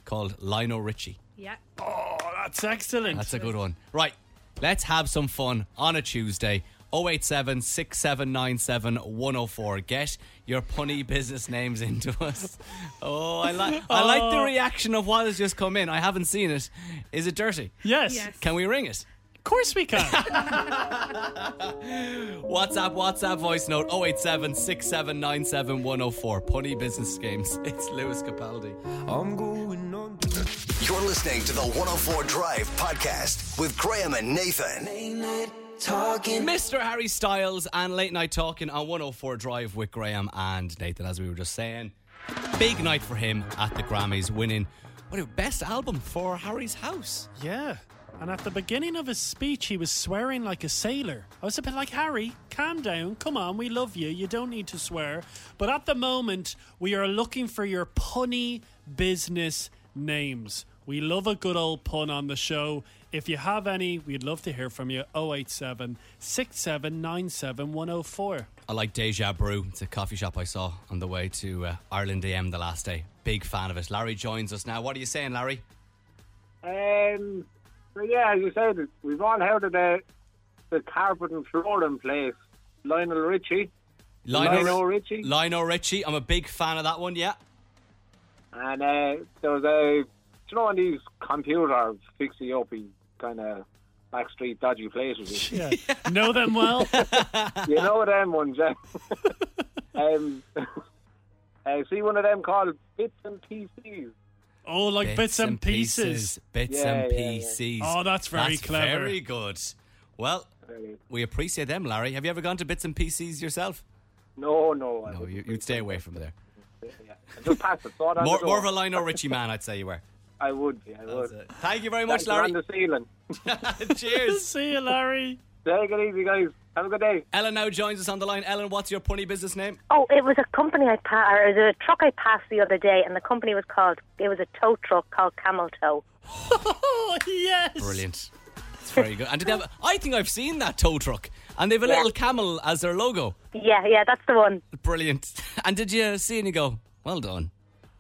[SPEAKER 1] called Lino Richie.
[SPEAKER 8] Yeah.
[SPEAKER 2] Oh, that's excellent.
[SPEAKER 1] That's a good one. Right, let's have some fun on a Tuesday. 087 6797 104. Get your punny business names into us. Oh, I, like I like the reaction of what has just come in. I haven't seen it. Is it dirty?
[SPEAKER 2] Yes.
[SPEAKER 8] Yes.
[SPEAKER 1] Can we ring it?
[SPEAKER 2] Of course we can.
[SPEAKER 1] WhatsApp, WhatsApp voice note 087 6797 104. Punny business games. It's Lewis Capaldi.
[SPEAKER 3] You're listening to the 104 Drive Podcast with Graham and Nathan.
[SPEAKER 1] Mr. Harry Styles and Late Night Talking on 104 Drive with Graham and Nathan, as we were just saying. Big night for him at the Grammys, winning what a best album for Harry's House.
[SPEAKER 2] Yeah. And at the beginning of his speech, he was swearing like a sailor. I was a bit like, Harry, calm down. Come on, we love you. You don't need to swear. But at the moment, we are looking for your punny business names. We love a good old pun on the show. If you have any, we'd love to hear from you. 087 6797 104.
[SPEAKER 1] I like Deja Brew. It's a coffee shop I saw on the way to uh, Ireland AM the last day. Big fan of it. Larry joins us now. What are you saying, Larry?
[SPEAKER 4] Um, so yeah, as you said, we've all heard of the the carpet and flooring place, Lionel Richie, Lionel Richie.
[SPEAKER 1] Lionel Richie. I'm a big fan of that one, yeah.
[SPEAKER 4] and uh, there was a you know on these computer fixie uppy kind of backstreet dodgy places.
[SPEAKER 2] Yeah. know them well?
[SPEAKER 4] you know them ones. Yeah? um, I see one of them called bits and pieces.
[SPEAKER 2] Oh, like bits, and, pieces.
[SPEAKER 1] Bits
[SPEAKER 4] Yeah,
[SPEAKER 1] and
[SPEAKER 4] yeah, yeah.
[SPEAKER 1] pieces.
[SPEAKER 2] Oh, that's very clever.
[SPEAKER 1] Very good. Well, we appreciate them, Larry. Have you ever gone to Bits and Pieces yourself?
[SPEAKER 4] No, no, I
[SPEAKER 1] No,
[SPEAKER 4] wouldn't
[SPEAKER 1] you,
[SPEAKER 4] be
[SPEAKER 1] you'd stay away from there.
[SPEAKER 4] Yeah. I Just pass it. Saw it on
[SPEAKER 1] More,
[SPEAKER 4] the door.
[SPEAKER 1] more of a Lionel Richie man, I'd say you were.
[SPEAKER 4] I would be. I would.
[SPEAKER 1] That's it. Thank you very
[SPEAKER 4] Thanks
[SPEAKER 1] much,
[SPEAKER 4] for
[SPEAKER 1] Larry.
[SPEAKER 4] on the ceiling.
[SPEAKER 1] Cheers.
[SPEAKER 2] See you, Larry.
[SPEAKER 4] Take it easy, guys. Have a good day.
[SPEAKER 1] Ellen now joins us on the line. Ellen, what's your punny business name?
[SPEAKER 5] Oh, it was a company I pa- or the truck I passed the other day, and the company was called. It was a tow truck called Camel Tow.
[SPEAKER 2] Oh, yes.
[SPEAKER 1] Brilliant. It's very good. And did they have, I think I've seen that tow truck, and they have a
[SPEAKER 5] Yeah.
[SPEAKER 1] little camel as their logo.
[SPEAKER 5] Yeah, yeah, that's the one.
[SPEAKER 1] Brilliant. And did you see it and you go, well done?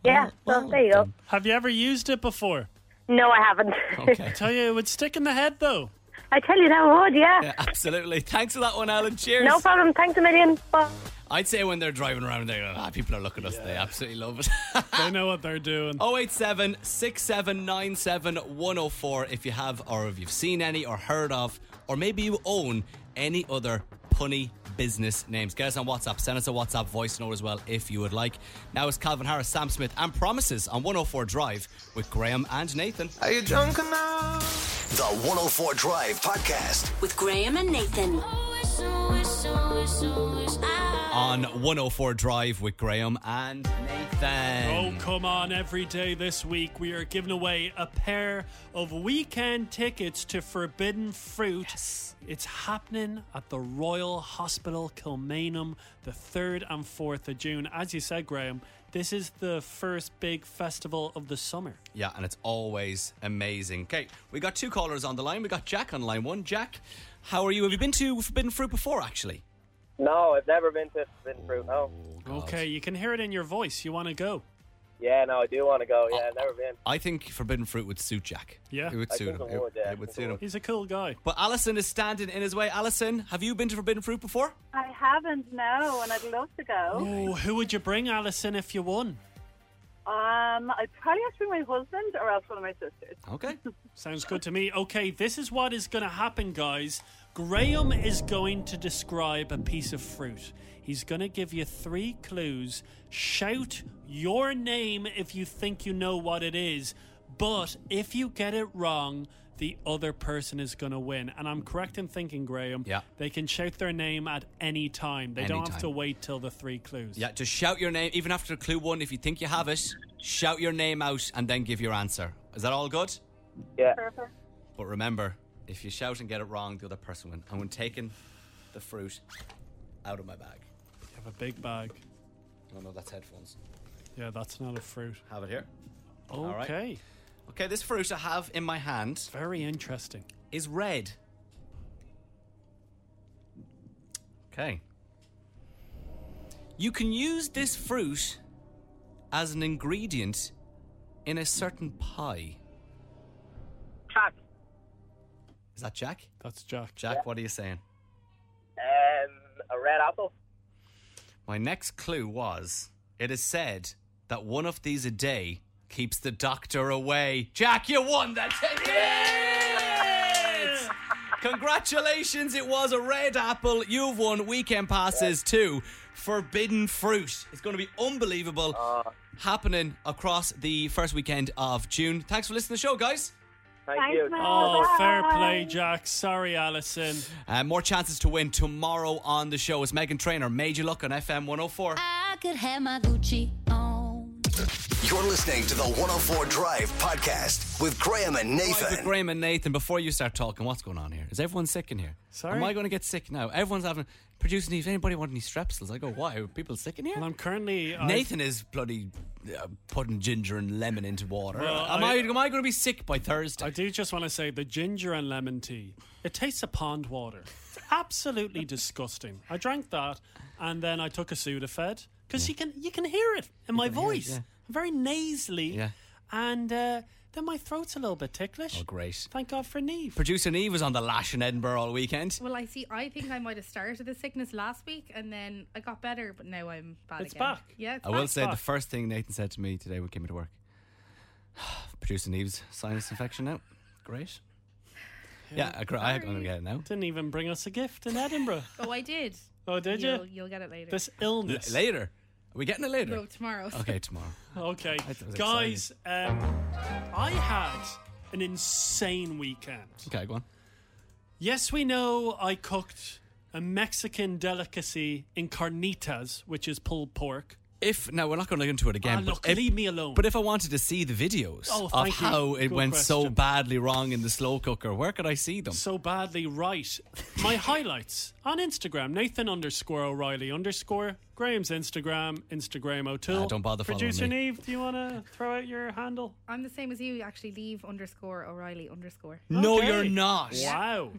[SPEAKER 5] Yeah,
[SPEAKER 1] Well-
[SPEAKER 5] well,
[SPEAKER 1] well
[SPEAKER 5] there you go.
[SPEAKER 1] done.
[SPEAKER 2] Have you ever used it before?
[SPEAKER 5] No, I haven't.
[SPEAKER 1] Okay.
[SPEAKER 2] Tell you, it would stick in the head though.
[SPEAKER 5] I tell you that I would, yeah.
[SPEAKER 1] Yeah, absolutely. Thanks for that one, Alan. Cheers.
[SPEAKER 5] No problem. Thanks a million. Bye.
[SPEAKER 1] I'd say when they're driving around, they go, ah, people are looking at us. They absolutely love it.
[SPEAKER 2] They know what they're doing.
[SPEAKER 1] Oh. 087 6797 104 if you have or if you've seen any or heard of or maybe you own any other punny business names. Get us on WhatsApp. Send us a WhatsApp voice note as well if you would like. Now it's Calvin Harris, Sam Smith and Promises on 104 Drive with Graham and Nathan.
[SPEAKER 7] Are you drunk enough?
[SPEAKER 3] The 104 Drive Podcast.
[SPEAKER 9] With Graham and Nathan.
[SPEAKER 1] On 104 Drive with Graham and
[SPEAKER 2] Oh,
[SPEAKER 1] Nathan.
[SPEAKER 2] come on. Every day this week, we are giving away a pair of weekend tickets to Forbidden Fruit. It's happening at the Royal Hospital Kilmainham the 3rd and 4th of June. As you said, Graham, this is the first big festival of the summer.
[SPEAKER 1] Yeah, and it's always amazing. Okay, we got two callers on the line. We got Jack on line one. Jack, how are you? Have you been to Forbidden Fruit before, actually?
[SPEAKER 10] No, I've never been to Forbidden Fruit. No.
[SPEAKER 2] Okay, you can hear it in your voice. You want to go.
[SPEAKER 10] Yeah, no, I do want to go. Yeah, I've never been.
[SPEAKER 1] I think Forbidden Fruit would suit Jack.
[SPEAKER 2] Yeah.
[SPEAKER 1] It would
[SPEAKER 10] I
[SPEAKER 1] suit him.
[SPEAKER 10] think it would, yeah, I
[SPEAKER 1] it would
[SPEAKER 10] think it
[SPEAKER 1] suit him.
[SPEAKER 2] He's a cool guy.
[SPEAKER 1] But Alison is standing in his way. Alison, have you been to Forbidden Fruit before?
[SPEAKER 5] I haven't, no, and I'd love to go.
[SPEAKER 2] Oh, who would you bring, Alison, if you won?
[SPEAKER 5] Um, I'd probably have to bring my husband or else one of my sisters.
[SPEAKER 1] Okay.
[SPEAKER 2] Sounds good to me. Okay, this is what is going to happen, guys. Graham is going to describe a piece of fruit. He's going to give you three clues. Shout your name if you think you know what it is, but if you get it wrong, the other person is going to win. And I'm correct in thinking, Graham,
[SPEAKER 1] Yeah.
[SPEAKER 2] they can shout their name at any time. They don't have
[SPEAKER 1] Anytime.
[SPEAKER 2] to wait till the three clues.
[SPEAKER 1] Yeah, just shout your name. Even after clue one, if you think you have it, shout your name out and then give your answer. Is that all good?
[SPEAKER 10] Yeah.
[SPEAKER 1] But remember, if you shout and get it wrong, the other person wins. And I'm taking the fruit out of my bag.
[SPEAKER 2] You have a big bag.
[SPEAKER 1] Oh no, that's headphones.
[SPEAKER 2] Yeah, that's not a fruit.
[SPEAKER 1] Have it here.
[SPEAKER 2] Okay.
[SPEAKER 1] right. Okay, this fruit I have in my hand
[SPEAKER 2] Very interesting.
[SPEAKER 1] is red. Okay. You can use this fruit as an ingredient in a certain pie.
[SPEAKER 5] Chuck,
[SPEAKER 1] Is that Jack?
[SPEAKER 2] That's Jack.
[SPEAKER 1] Jack, what are you saying?
[SPEAKER 10] Um, a red apple.
[SPEAKER 1] My next clue was it is said that one of these a day keeps the doctor away. Jack, you won that ticket! Congratulations, it was a red apple. You've won weekend passes to Forbidden Fruit. It's going to be unbelievable happening across the first weekend of June. Thanks for listening to the show, guys.
[SPEAKER 10] Thank you.
[SPEAKER 2] Oh, fair play, Jack. Sorry, Alison.
[SPEAKER 1] Uh, more chances to win tomorrow on the show. It's Megan Trainer, Major Luck on FM 104.
[SPEAKER 9] I could have my Gucci on.
[SPEAKER 3] You're listening to the 104 Drive Podcast with Graham and
[SPEAKER 1] Right, but
[SPEAKER 3] Nathan.
[SPEAKER 1] Graham and Nathan, before you start talking, what's going on here? Is everyone sick in here?
[SPEAKER 2] Sorry?
[SPEAKER 1] Am I going to get sick now? Everyone's having producing. If anybody want any strepsils, I go. Why are people sick in here?
[SPEAKER 2] Well, I'm currently. I've-
[SPEAKER 1] Nathan is bloody uh, putting ginger and lemon into water.
[SPEAKER 2] Well,
[SPEAKER 1] am I,
[SPEAKER 2] I-
[SPEAKER 1] am I going to be sick by Thursday?
[SPEAKER 2] I do just want to say the ginger and lemon tea. It tastes of pond water. It's absolutely disgusting. I drank that, and then I took a Sudafed because you can you can hear it in my voice.
[SPEAKER 1] yeah.
[SPEAKER 2] I'm very nasally,
[SPEAKER 1] Yeah.
[SPEAKER 2] and uh, then my throat's a little bit ticklish.
[SPEAKER 1] oh, great.
[SPEAKER 2] Thank God for Neve.
[SPEAKER 1] Producer Eve was on the lash in Edinburgh all weekend.
[SPEAKER 8] Well, I see. I think I might have started the sickness last week, and then I got better, but now I'm bad
[SPEAKER 2] It's
[SPEAKER 8] again.
[SPEAKER 2] back.
[SPEAKER 8] Yeah, it's
[SPEAKER 1] I will
[SPEAKER 8] back.
[SPEAKER 1] say the
[SPEAKER 2] fuck.
[SPEAKER 1] first thing Nathan said to me today when he came into work. Producer Eve's sinus infection out. Great. Yeah, I, gr- I, I'm going to get it now.
[SPEAKER 2] Didn't even bring us a gift in Edinburgh.
[SPEAKER 8] Oh, I did.
[SPEAKER 2] Oh, did you?
[SPEAKER 8] you'll, You'll get it later.
[SPEAKER 2] This
[SPEAKER 1] L-
[SPEAKER 2] illness.
[SPEAKER 1] later. Are we getting it later?
[SPEAKER 8] no, tomorrow.
[SPEAKER 1] Okay, tomorrow.
[SPEAKER 2] Okay,
[SPEAKER 1] That was
[SPEAKER 2] guys, um, I had an insane weekend.
[SPEAKER 1] Okay, go on.
[SPEAKER 2] Yes, we know I cooked a Mexican delicacy in carnitas, which is pulled pork.
[SPEAKER 1] if now we're not going to look into it again.
[SPEAKER 2] Ah, look,
[SPEAKER 1] if,
[SPEAKER 2] leave me alone.
[SPEAKER 1] But if I wanted to see the videos
[SPEAKER 2] Oh,
[SPEAKER 1] of
[SPEAKER 2] thank you.
[SPEAKER 1] how it
[SPEAKER 2] Good
[SPEAKER 1] went so
[SPEAKER 2] question.
[SPEAKER 1] badly wrong in the slow cooker, where could I see them?
[SPEAKER 2] so badly right. My highlights on Instagram: Nathan underscore O'Reilly underscore Graham's Instagram, Instagram O'Toole.
[SPEAKER 1] Ah, don't bother following
[SPEAKER 2] Producer
[SPEAKER 1] me.
[SPEAKER 2] Neve, do you want to throw out your handle?
[SPEAKER 8] I'm the same as you, actually. Leave underscore O'Reilly underscore.
[SPEAKER 1] no,
[SPEAKER 2] Okay.
[SPEAKER 1] you're not.
[SPEAKER 2] Wow.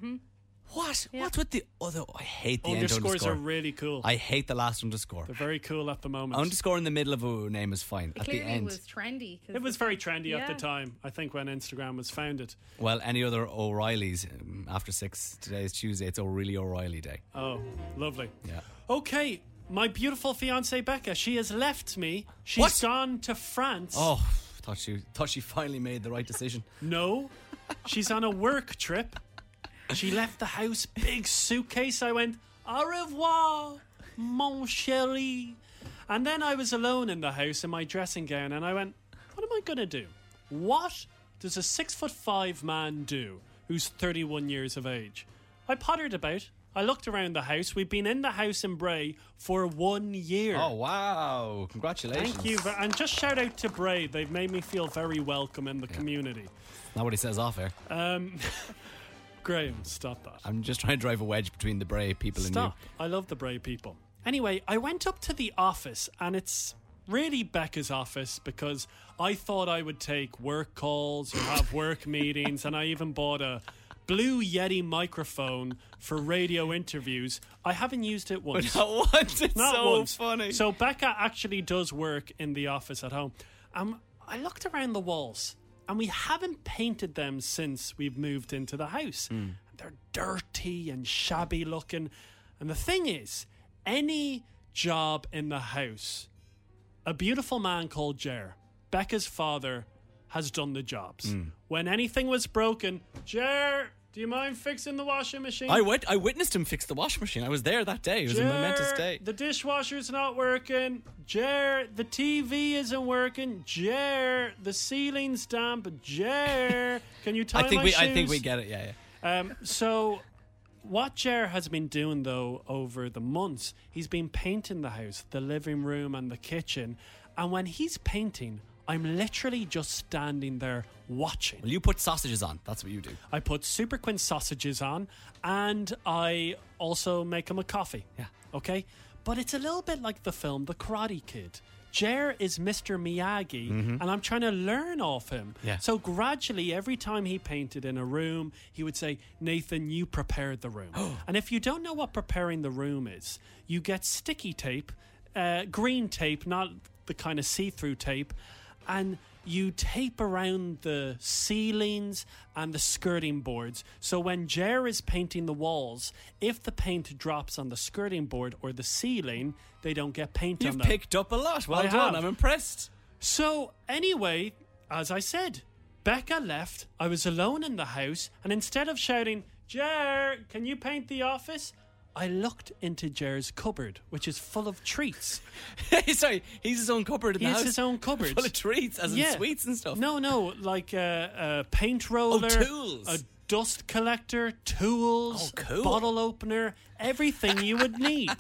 [SPEAKER 1] What? What's with the other? I hate Mm-hmm. the end
[SPEAKER 2] Underscores
[SPEAKER 1] underscore.
[SPEAKER 2] are really cool.
[SPEAKER 1] I hate the last underscore.
[SPEAKER 2] They're very cool at the moment.
[SPEAKER 1] Underscore in the middle of a name is fine.
[SPEAKER 8] It
[SPEAKER 1] At the
[SPEAKER 8] clearly
[SPEAKER 1] end,
[SPEAKER 8] was trendy. 'cause
[SPEAKER 2] it was very trendy at the
[SPEAKER 8] Yeah.
[SPEAKER 2] time, I think, when Instagram was founded.
[SPEAKER 1] well, any other O'Reillys um, after six. Today is Tuesday. It's O'Reilly O'Reilly Day.
[SPEAKER 2] Oh, lovely.
[SPEAKER 1] Yeah.
[SPEAKER 2] Okay, my beautiful fiancee Becca, she has left me. She's
[SPEAKER 1] What?
[SPEAKER 2] gone to France.
[SPEAKER 1] Oh, thought she thought she finally made the right decision.
[SPEAKER 2] No, she's on a work trip. She left the house, big suitcase. I went, au revoir, mon chéri. And then I was alone in the house in my dressing gown and I went, what am I going to do? What does a six foot five man do who's 31 years of age? I pottered about. I looked around the house. We've been in the house in Bray for one year.
[SPEAKER 1] Oh wow! Congratulations.
[SPEAKER 2] Thank you. ver- And just shout out to Bray. They've made me feel very welcome in the community.
[SPEAKER 1] Not what he says off air.
[SPEAKER 2] Graham, stop that.
[SPEAKER 1] I'm just trying to drive a wedge between the brave people and
[SPEAKER 2] Stop. I love the Bray people. Anyway, I went up to the office and it's really Becca's office because I thought I would take work calls or have work meetings and I even bought a blue Yeti microphone for radio interviews. I haven't used it
[SPEAKER 1] you.
[SPEAKER 2] once.
[SPEAKER 1] Not once. It's
[SPEAKER 2] Not
[SPEAKER 1] so
[SPEAKER 2] once.
[SPEAKER 1] funny.
[SPEAKER 2] So Becca actually does work in the office at home. Um, I looked around the walls, and we haven't painted them since we've moved into the house. They're dirty and shabby looking. And the thing is, any job in the house, a beautiful man called Jer, Becca's father, has done the jobs. When anything was broken, Jer, do you mind fixing the washing machine?
[SPEAKER 1] I went. I witnessed him fix the wash machine. I was there that day. It was a momentous
[SPEAKER 2] Jer,
[SPEAKER 1] day.
[SPEAKER 2] The dishwasher's not working. Jer, the TV isn't working. Jer, the ceiling's damp. Jer, can you tie
[SPEAKER 1] I think
[SPEAKER 2] my
[SPEAKER 1] we.
[SPEAKER 2] shoes?
[SPEAKER 1] I think we get it. Yeah, yeah.
[SPEAKER 2] Um, so, what Jer has been doing though over the months, he's been painting the house, the living room, and the kitchen. And when he's painting, I'm literally just standing there watching.
[SPEAKER 1] Well, you put sausages on. That's what you do.
[SPEAKER 2] I put super quince sausages on, and I also make him a coffee.
[SPEAKER 1] Yeah.
[SPEAKER 2] Okay. But it's a little bit like the film The Karate Kid. Jer is Mr. Miyagi, and I'm trying to learn off him.
[SPEAKER 1] Mm-hmm. Yeah.
[SPEAKER 2] So gradually, every time he painted in a room, he would say, Nathan, you prepared the room. and if you don't know what preparing the room is, you get sticky tape, uh, green tape, not the kind of see through tape, and you tape around the ceilings and the skirting boards. So when Jer is painting the walls, if the paint drops on the skirting board or the ceiling, they don't get paint on
[SPEAKER 1] You've
[SPEAKER 2] them.
[SPEAKER 1] picked up a lot. Well
[SPEAKER 2] I
[SPEAKER 1] done.
[SPEAKER 2] have.
[SPEAKER 1] I'm impressed.
[SPEAKER 2] So, anyway, as I said, Becca left. I was alone in the house, and instead of shouting, Jer, can you paint the office? I looked into Jer's cupboard, which is full of treats.
[SPEAKER 1] Sorry, he's his own cupboard in
[SPEAKER 2] He
[SPEAKER 1] the
[SPEAKER 2] has
[SPEAKER 1] house.
[SPEAKER 2] his own cupboard.
[SPEAKER 1] full of treats, as in
[SPEAKER 2] Yeah.
[SPEAKER 1] sweets and stuff. Oh,
[SPEAKER 2] No, no, like a, a paint roller,
[SPEAKER 1] tools.
[SPEAKER 2] a dust collector, tools,
[SPEAKER 1] Oh, cool.
[SPEAKER 2] bottle opener, everything you would need.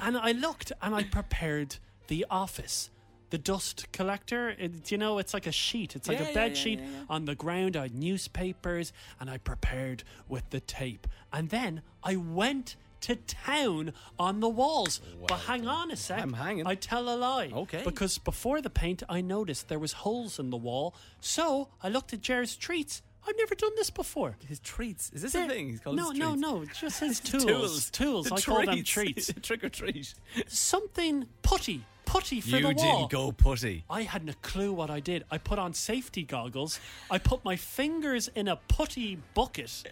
[SPEAKER 2] and I looked and I prepared the office. The dust collector, it, you know, it's like a sheet. It's like
[SPEAKER 1] Yeah,
[SPEAKER 2] a
[SPEAKER 1] yeah,
[SPEAKER 2] bed
[SPEAKER 1] yeah,
[SPEAKER 2] sheet
[SPEAKER 1] yeah, yeah.
[SPEAKER 2] on the ground. I had newspapers and I prepared with the tape. And then I went to town on the walls. but hang on a sec.
[SPEAKER 1] I'm hanging.
[SPEAKER 2] I tell a lie.
[SPEAKER 1] Okay.
[SPEAKER 2] Because before the paint, I noticed there was holes in the wall. So I looked at Jer's treats. I've never done this before.
[SPEAKER 1] His treats. Is this a thing? He's called
[SPEAKER 2] no,
[SPEAKER 1] his
[SPEAKER 2] no,
[SPEAKER 1] treats.
[SPEAKER 2] no. It just says tools.
[SPEAKER 1] Tools.
[SPEAKER 2] Tools.
[SPEAKER 1] The
[SPEAKER 2] I call them treats.
[SPEAKER 1] Trick or treat.
[SPEAKER 2] Something putty. Putty for
[SPEAKER 1] you
[SPEAKER 2] the wall.
[SPEAKER 1] didn't go putty.
[SPEAKER 2] I hadn't a clue what I did. I put on safety goggles. I put my fingers in a putty bucket,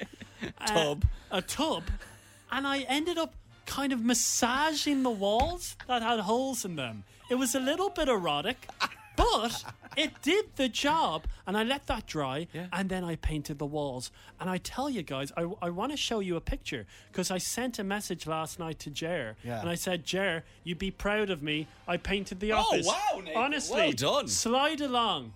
[SPEAKER 2] uh,
[SPEAKER 1] Tub.
[SPEAKER 2] a tub, and I ended up kind of massaging the walls that had holes in them. It was a little bit erotic, but it did the job. And I let that dry, and then I painted the walls. And I tell you guys, I, I want to show you a picture because I sent a message last night to Jer,
[SPEAKER 1] Yeah.
[SPEAKER 2] and I said, Jer, you'd be proud of me. I painted the
[SPEAKER 1] Oh,
[SPEAKER 2] office.
[SPEAKER 1] wow, Nathan.
[SPEAKER 2] Honestly,
[SPEAKER 1] Well done.
[SPEAKER 2] Slide along.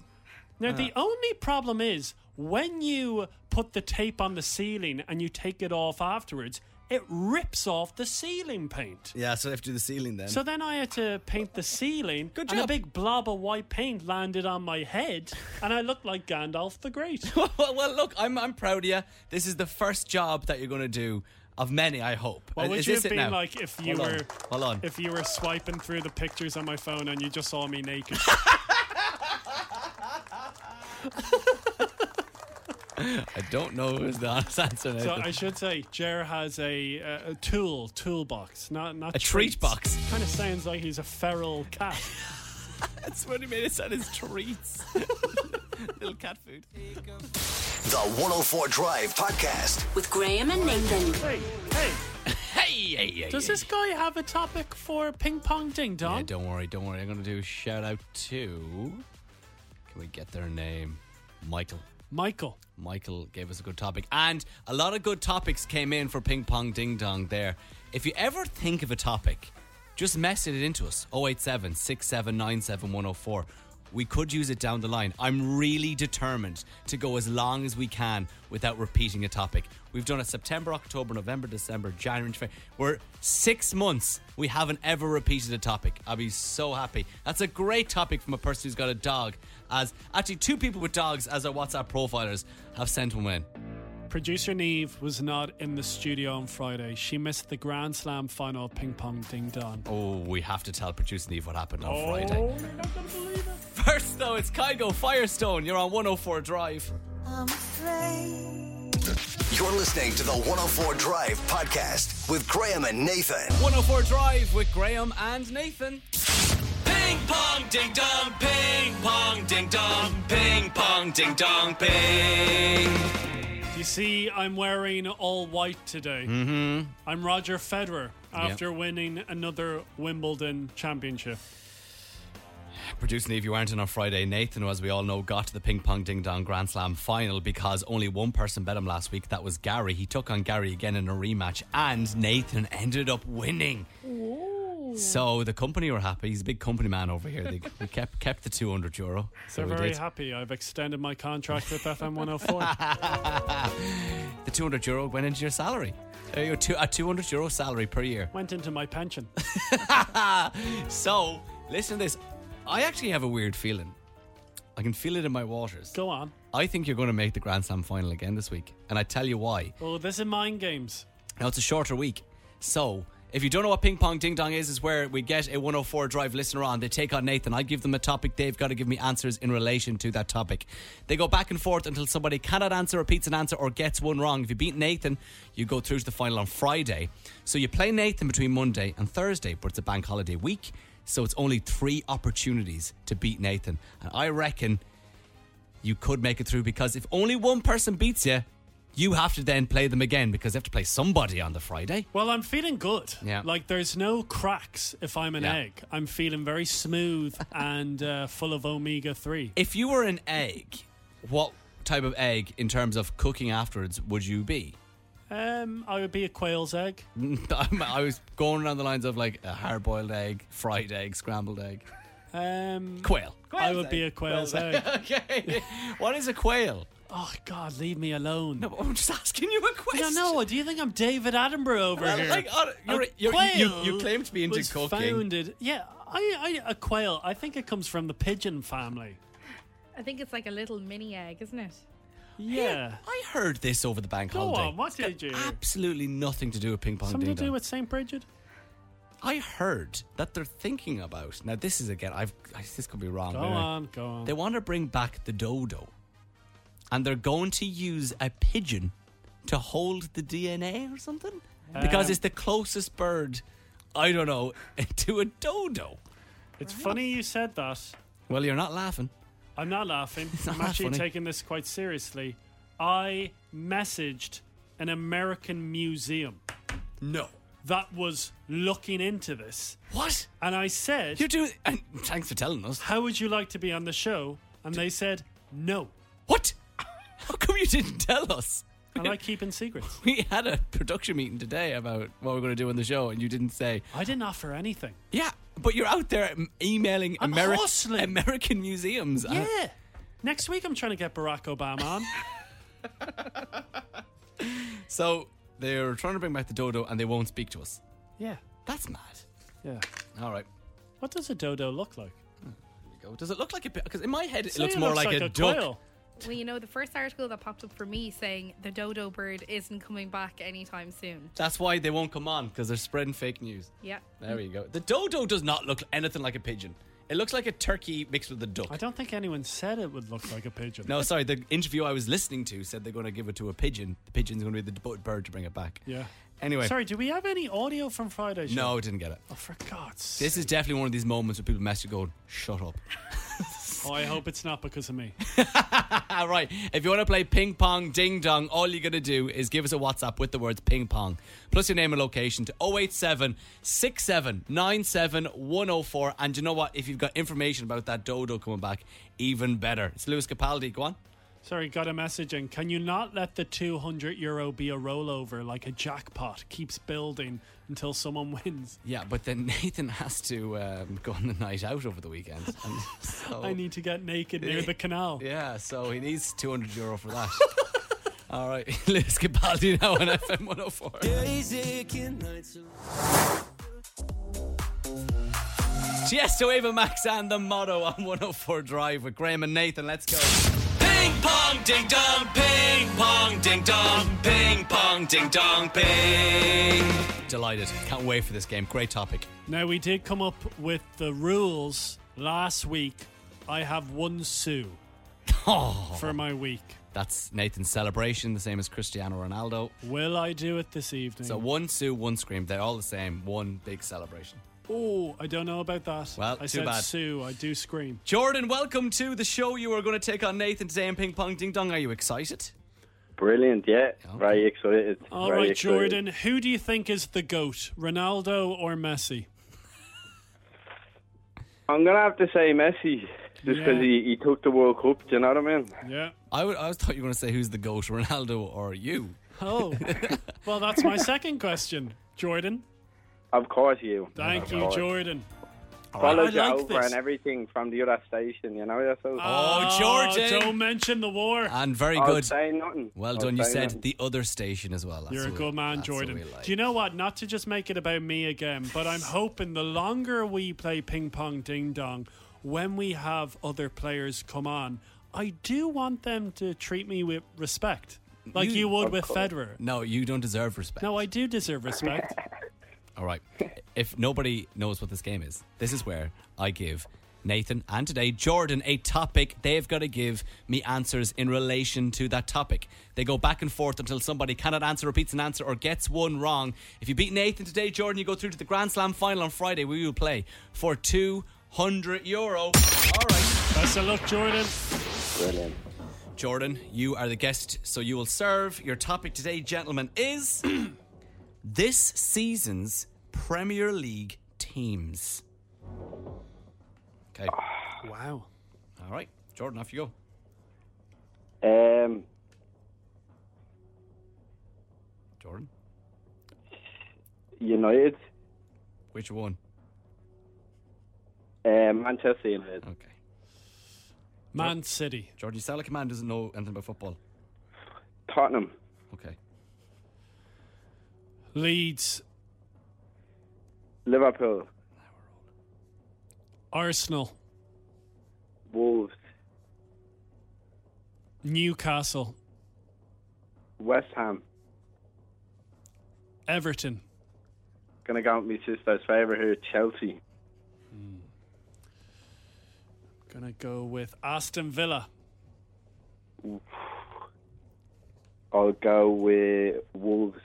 [SPEAKER 2] Now the
[SPEAKER 1] Uh-huh.
[SPEAKER 2] only problem is when you put the tape on the ceiling and you take it off afterwards, it rips off the ceiling paint.
[SPEAKER 1] Yeah, so I have to do the ceiling then.
[SPEAKER 2] So then I had to paint the ceiling,
[SPEAKER 1] Good
[SPEAKER 2] and a
[SPEAKER 1] job.
[SPEAKER 2] big blob of white paint landed on my head, and I looked like Gandalf the Great.
[SPEAKER 1] well, well, look, I'm, I'm proud of you. This is the first job that you're going to do of many, I hope.
[SPEAKER 2] What
[SPEAKER 1] is,
[SPEAKER 2] would
[SPEAKER 1] is
[SPEAKER 2] you
[SPEAKER 1] this
[SPEAKER 2] have
[SPEAKER 1] it
[SPEAKER 2] been
[SPEAKER 1] now?
[SPEAKER 2] like if you
[SPEAKER 1] Hold on,
[SPEAKER 2] were
[SPEAKER 1] Hold on.
[SPEAKER 2] if you were swiping through the pictures on my phone and you just saw me naked?
[SPEAKER 1] I don't know is the honest answer.
[SPEAKER 2] so uh,
[SPEAKER 1] Nathan.
[SPEAKER 2] I should say Jer has a, a, a tool toolbox, not not
[SPEAKER 1] A treat
[SPEAKER 2] treats.
[SPEAKER 1] box.
[SPEAKER 2] Kind of sounds like he's a feral cat.
[SPEAKER 1] That's what he made it sound as treats. Little cat food.
[SPEAKER 3] The 104 Drive Podcast.
[SPEAKER 9] With Graham and Nathan.
[SPEAKER 2] hey, hey,
[SPEAKER 1] Hey, hey, hey.
[SPEAKER 2] does this guy have a topic for ping pong ding
[SPEAKER 1] Yeah,
[SPEAKER 2] dong?
[SPEAKER 1] don't worry, don't worry. I'm going to do a shout out to. Can we get their name? Michael.
[SPEAKER 2] Michael.
[SPEAKER 1] Michael gave us a good topic. And a lot of good topics came in for Ping Pong Ding Dong there. If you ever think of a topic, just message it into us 087 679 104. We could use it down the line. I'm really determined to go as long as we can without repeating a topic. We've done it September, October, November, December, January, February. We're six months. We haven't ever repeated a topic. I'll be so happy. That's a great topic from a person who's got a dog. As actually, two people with dogs as our WhatsApp profilers have sent one in.
[SPEAKER 2] Producer Neve was not in the studio on Friday. She missed the Grand Slam final of ping pong ding dong.
[SPEAKER 1] Oh, we have to tell producer Neve what happened on
[SPEAKER 2] Oh.
[SPEAKER 1] Friday. First, though, it's Kygo Firestone. You're on 104 Drive.
[SPEAKER 3] You're listening to the 104 Drive Podcast with Graham and Nathan.
[SPEAKER 1] 104 Drive with Graham and Nathan. Ping pong ding dong, ping pong ding dong, ping pong ding dong, ping.
[SPEAKER 2] You see, I'm wearing all white today. Mm-hmm. I'm Roger Federer after winning another Wimbledon championship.
[SPEAKER 1] Producing Eve, you weren't in on Friday. Nathan, who, as we all know, got to the ping pong ding dong Grand Slam final because only one person bet him last week. That was Gary. He took on Gary again in a rematch, and Nathan ended up winning. So the company were happy. He's a big company man over here. They we kept kept the two hundred euro. So
[SPEAKER 2] They're
[SPEAKER 1] we
[SPEAKER 2] very
[SPEAKER 1] did.
[SPEAKER 2] happy. I've extended my contract with FM 104.
[SPEAKER 1] The two hundred euro went into your salary. Uh, your two, a two hundred euro salary per year.
[SPEAKER 2] Went into my pension.
[SPEAKER 1] So listen to this. I actually have a weird feeling. I can feel it in my waters.
[SPEAKER 2] Go on.
[SPEAKER 1] I think you're going to make the Grand Slam final again this week, and I tell you why.
[SPEAKER 2] Oh, this is mind games.
[SPEAKER 1] Now it's a shorter week. So if you don't know what ping pong ding dong is, is where we get a 104 drive listener on. They take on Nathan. I give them a topic. They've got to give me answers in relation to that topic. They go back and forth until somebody cannot answer, repeats an answer, or gets one wrong. If you beat Nathan, you go through to the final on Friday. So you play Nathan between Monday and Thursday, but it's a bank holiday week. So it's only three opportunities to beat Nathan. And I reckon you could make it through because if only one person beats you, you have to then play them again because they have to play somebody on the Friday.
[SPEAKER 2] Well, I'm feeling good.
[SPEAKER 1] Yeah.
[SPEAKER 2] Like there's no cracks if I'm an
[SPEAKER 1] Yeah.
[SPEAKER 2] egg. I'm feeling very smooth and uh, full of omega three.
[SPEAKER 1] If you were an egg, what type of egg in terms of cooking afterwards would you be?
[SPEAKER 2] Um, I would be a quail's egg.
[SPEAKER 1] I'm- I was going around the lines of like a hard boiled egg, fried egg, scrambled egg,
[SPEAKER 2] Um,
[SPEAKER 1] quail.
[SPEAKER 2] I would be a quail's egg.
[SPEAKER 1] okay. What is a quail?
[SPEAKER 2] Oh God, leave me alone.
[SPEAKER 1] No, I'm just asking you a
[SPEAKER 2] No,
[SPEAKER 1] question.
[SPEAKER 2] no. Do you think I'm David Attenborough over here?
[SPEAKER 1] Like, uh, you're,
[SPEAKER 2] A
[SPEAKER 1] you're, you,
[SPEAKER 2] quail
[SPEAKER 1] you claim to be into
[SPEAKER 2] was
[SPEAKER 1] cooking.
[SPEAKER 2] Founded, yeah. I, I, a quail. I think it comes from the pigeon family.
[SPEAKER 8] I think it's like a little mini egg, isn't it?
[SPEAKER 2] Yeah.
[SPEAKER 1] I heard this over the bank
[SPEAKER 2] Go
[SPEAKER 1] holiday.
[SPEAKER 2] on. What did you?
[SPEAKER 1] Absolutely nothing to do with ping pong
[SPEAKER 2] Something to
[SPEAKER 1] ding dong.
[SPEAKER 2] do with Saint Bridget?
[SPEAKER 1] I heard that they're thinking about now. This is again. I've I, this could be wrong.
[SPEAKER 2] Go
[SPEAKER 1] but anyway.
[SPEAKER 2] on. Go on.
[SPEAKER 1] They want to bring back the dodo, and they're going to use a pigeon to hold the DNA or something because
[SPEAKER 2] Um,
[SPEAKER 1] it's the closest bird. I don't know to a dodo.
[SPEAKER 2] It's funny you said that.
[SPEAKER 1] Well, you're not laughing.
[SPEAKER 2] I'm not laughing.
[SPEAKER 1] not
[SPEAKER 2] I'm actually
[SPEAKER 1] funny.
[SPEAKER 2] taking this quite seriously. I messaged an American museum
[SPEAKER 1] No.
[SPEAKER 2] that was looking into this,
[SPEAKER 1] What
[SPEAKER 2] and I said,
[SPEAKER 1] you do? And thanks for telling us.
[SPEAKER 2] "How would you like to be on the show?" And they said, "No."
[SPEAKER 1] What? How come you didn't tell us?
[SPEAKER 2] I like keeping secrets.
[SPEAKER 1] We had a production meeting today about what we're going to do on the show, and you didn't say.
[SPEAKER 2] I didn't offer anything.
[SPEAKER 1] Yeah, but you're out there m- emailing
[SPEAKER 2] I'm
[SPEAKER 1] Ameri-
[SPEAKER 2] hustling.
[SPEAKER 1] American museums. Uh,
[SPEAKER 2] Yeah. Next week, I'm trying to get Barack Obama on.
[SPEAKER 1] so They're trying to bring back the dodo and they won't speak to us.
[SPEAKER 2] Yeah,
[SPEAKER 1] That's mad.
[SPEAKER 2] yeah.
[SPEAKER 1] All right.
[SPEAKER 2] What does a dodo look like?
[SPEAKER 1] Here we go. Does it look like a Because in my head, it
[SPEAKER 2] Say
[SPEAKER 1] looks more like, a, duck.
[SPEAKER 2] quail.
[SPEAKER 8] Well, you know, the first article that popped up for me saying the dodo bird isn't coming back anytime soon.
[SPEAKER 1] That's why they won't come on because they're spreading fake news.
[SPEAKER 8] Yeah.
[SPEAKER 1] There you go. The dodo does not look anything like a pigeon. It looks like a turkey mixed with a duck.
[SPEAKER 2] I don't think anyone said it would look like a pigeon.
[SPEAKER 1] No, sorry. The interview I was listening to said they're going to give it to a pigeon. The pigeon's going to be the b- bird to bring it back.
[SPEAKER 2] Yeah.
[SPEAKER 1] Anyway.
[SPEAKER 2] Sorry, do we have any audio from Friday's show?
[SPEAKER 1] No, I didn't get it.
[SPEAKER 2] Oh, for God's sake.
[SPEAKER 1] This is definitely one of these moments where people mess you going, shut up.
[SPEAKER 2] Oh, I hope it's not because of me.
[SPEAKER 1] All Ah, right. If you want to play ping pong ding dong, all you're going to do is give us a WhatsApp with the words ping pong plus your name and location to 087 104. And you know what? If you've got information about that dodo coming back, even better. It's Lewis Capaldi. Go on.
[SPEAKER 2] Sorry, got a message in. Can you not let the 200 euro be a rollover like a jackpot keeps building until someone wins?
[SPEAKER 1] Yeah, but then Nathan has to um, go on the night out over the weekend. And so,
[SPEAKER 2] I need to get naked near the canal.
[SPEAKER 1] Oh. Yeah, so he needs 200 euro for that. All right, Lewis Capaldi now on FM 104. Tiesto, Ava Max, and the motto on 104 Drive with Graham and Nathan. Let's go. Ping pong ding dong, ping pong ding dong, ping pong ding dong, ping. Delighted. Can't wait for this game. Great topic.
[SPEAKER 2] Now, we did come up with the rules last week. I have one sue
[SPEAKER 1] Oh,
[SPEAKER 2] for my week.
[SPEAKER 1] that's Nathan's celebration, the same as Cristiano Ronaldo.
[SPEAKER 2] Will I do it this evening?
[SPEAKER 1] So one sue, one scream. They're all the same. One big celebration.
[SPEAKER 2] oh, I don't know about that.
[SPEAKER 1] Well,
[SPEAKER 2] I
[SPEAKER 1] too
[SPEAKER 2] said
[SPEAKER 1] bad.
[SPEAKER 2] sue. I do scream.
[SPEAKER 1] Jordan, welcome to the show. You are going to take on Nathan today in Ping Pong Ding Dong. Are you excited?
[SPEAKER 10] Brilliant, yeah. Very excited.
[SPEAKER 2] All right, Jordan. Who do you think is the goat, Ronaldo or Messi?
[SPEAKER 10] I'm going to have to say Messi, just
[SPEAKER 2] Yeah.
[SPEAKER 10] because he, he took the World Cup, do you know what I mean?
[SPEAKER 2] Yeah.
[SPEAKER 1] I, would, I always thought you were going to say who's the GOAT, Ronaldo or you.
[SPEAKER 2] Oh, well, that's my second question, Jordan.
[SPEAKER 10] Of course you.
[SPEAKER 2] Thank
[SPEAKER 10] Of
[SPEAKER 2] you,
[SPEAKER 10] course.
[SPEAKER 2] Jordan.
[SPEAKER 10] Followed
[SPEAKER 2] I
[SPEAKER 10] you
[SPEAKER 2] like
[SPEAKER 10] over
[SPEAKER 2] this.
[SPEAKER 10] and everything from the other station, you know yourself.
[SPEAKER 1] Oh, Jordan.
[SPEAKER 2] Don't mention the war.
[SPEAKER 1] And very
[SPEAKER 10] I'll
[SPEAKER 1] good.
[SPEAKER 10] say nothing.
[SPEAKER 1] Well
[SPEAKER 10] I'll
[SPEAKER 1] done. You
[SPEAKER 10] say
[SPEAKER 1] said
[SPEAKER 10] nothing.
[SPEAKER 1] the other station as well. That's
[SPEAKER 2] You're a
[SPEAKER 1] what-
[SPEAKER 2] good man,
[SPEAKER 1] that's what we
[SPEAKER 2] Jordan.
[SPEAKER 1] like.
[SPEAKER 2] Do you know what? Not to just make it about me again, but I'm hoping the longer we play ping pong ding dong, when we have other players come on, I do want them to treat me with respect, like you,
[SPEAKER 1] You-
[SPEAKER 2] would with Federer.
[SPEAKER 1] No, you don't deserve respect.
[SPEAKER 2] No, I do deserve respect.
[SPEAKER 1] All right. if nobody knows what this game is, this is where I give Nathan and today Jordan a topic. They've got to give me answers in relation to that topic. They go back and forth until somebody cannot answer, repeats an answer, or gets one wrong. If you beat Nathan today, Jordan, you go through to the Grand Slam final on Friday. We will play for 200 euro. All right.
[SPEAKER 2] Best of luck, Jordan.
[SPEAKER 10] Brilliant.
[SPEAKER 1] Jordan, you are the guest, so you will serve. Your topic today, gentlemen, is this season's Premier League teams. Okay.
[SPEAKER 2] Wow.
[SPEAKER 1] All right. Jordan, off you go.
[SPEAKER 10] Um,
[SPEAKER 1] Jordan,
[SPEAKER 10] United,
[SPEAKER 1] which one?
[SPEAKER 10] uh, Manchester United.
[SPEAKER 1] Okay.
[SPEAKER 2] Man City.
[SPEAKER 1] Jordan, you sound like a man who doesn't know anything about football.
[SPEAKER 10] Tottenham.
[SPEAKER 1] Okay.
[SPEAKER 2] Leeds.
[SPEAKER 10] Liverpool.
[SPEAKER 2] Arsenal.
[SPEAKER 10] Wolves.
[SPEAKER 2] Newcastle.
[SPEAKER 10] West Ham.
[SPEAKER 2] Everton.
[SPEAKER 10] Gonna go with my sister's favourite here, Chelsea.
[SPEAKER 2] Gonna go with Aston Villa.
[SPEAKER 10] I'll go with Wolves.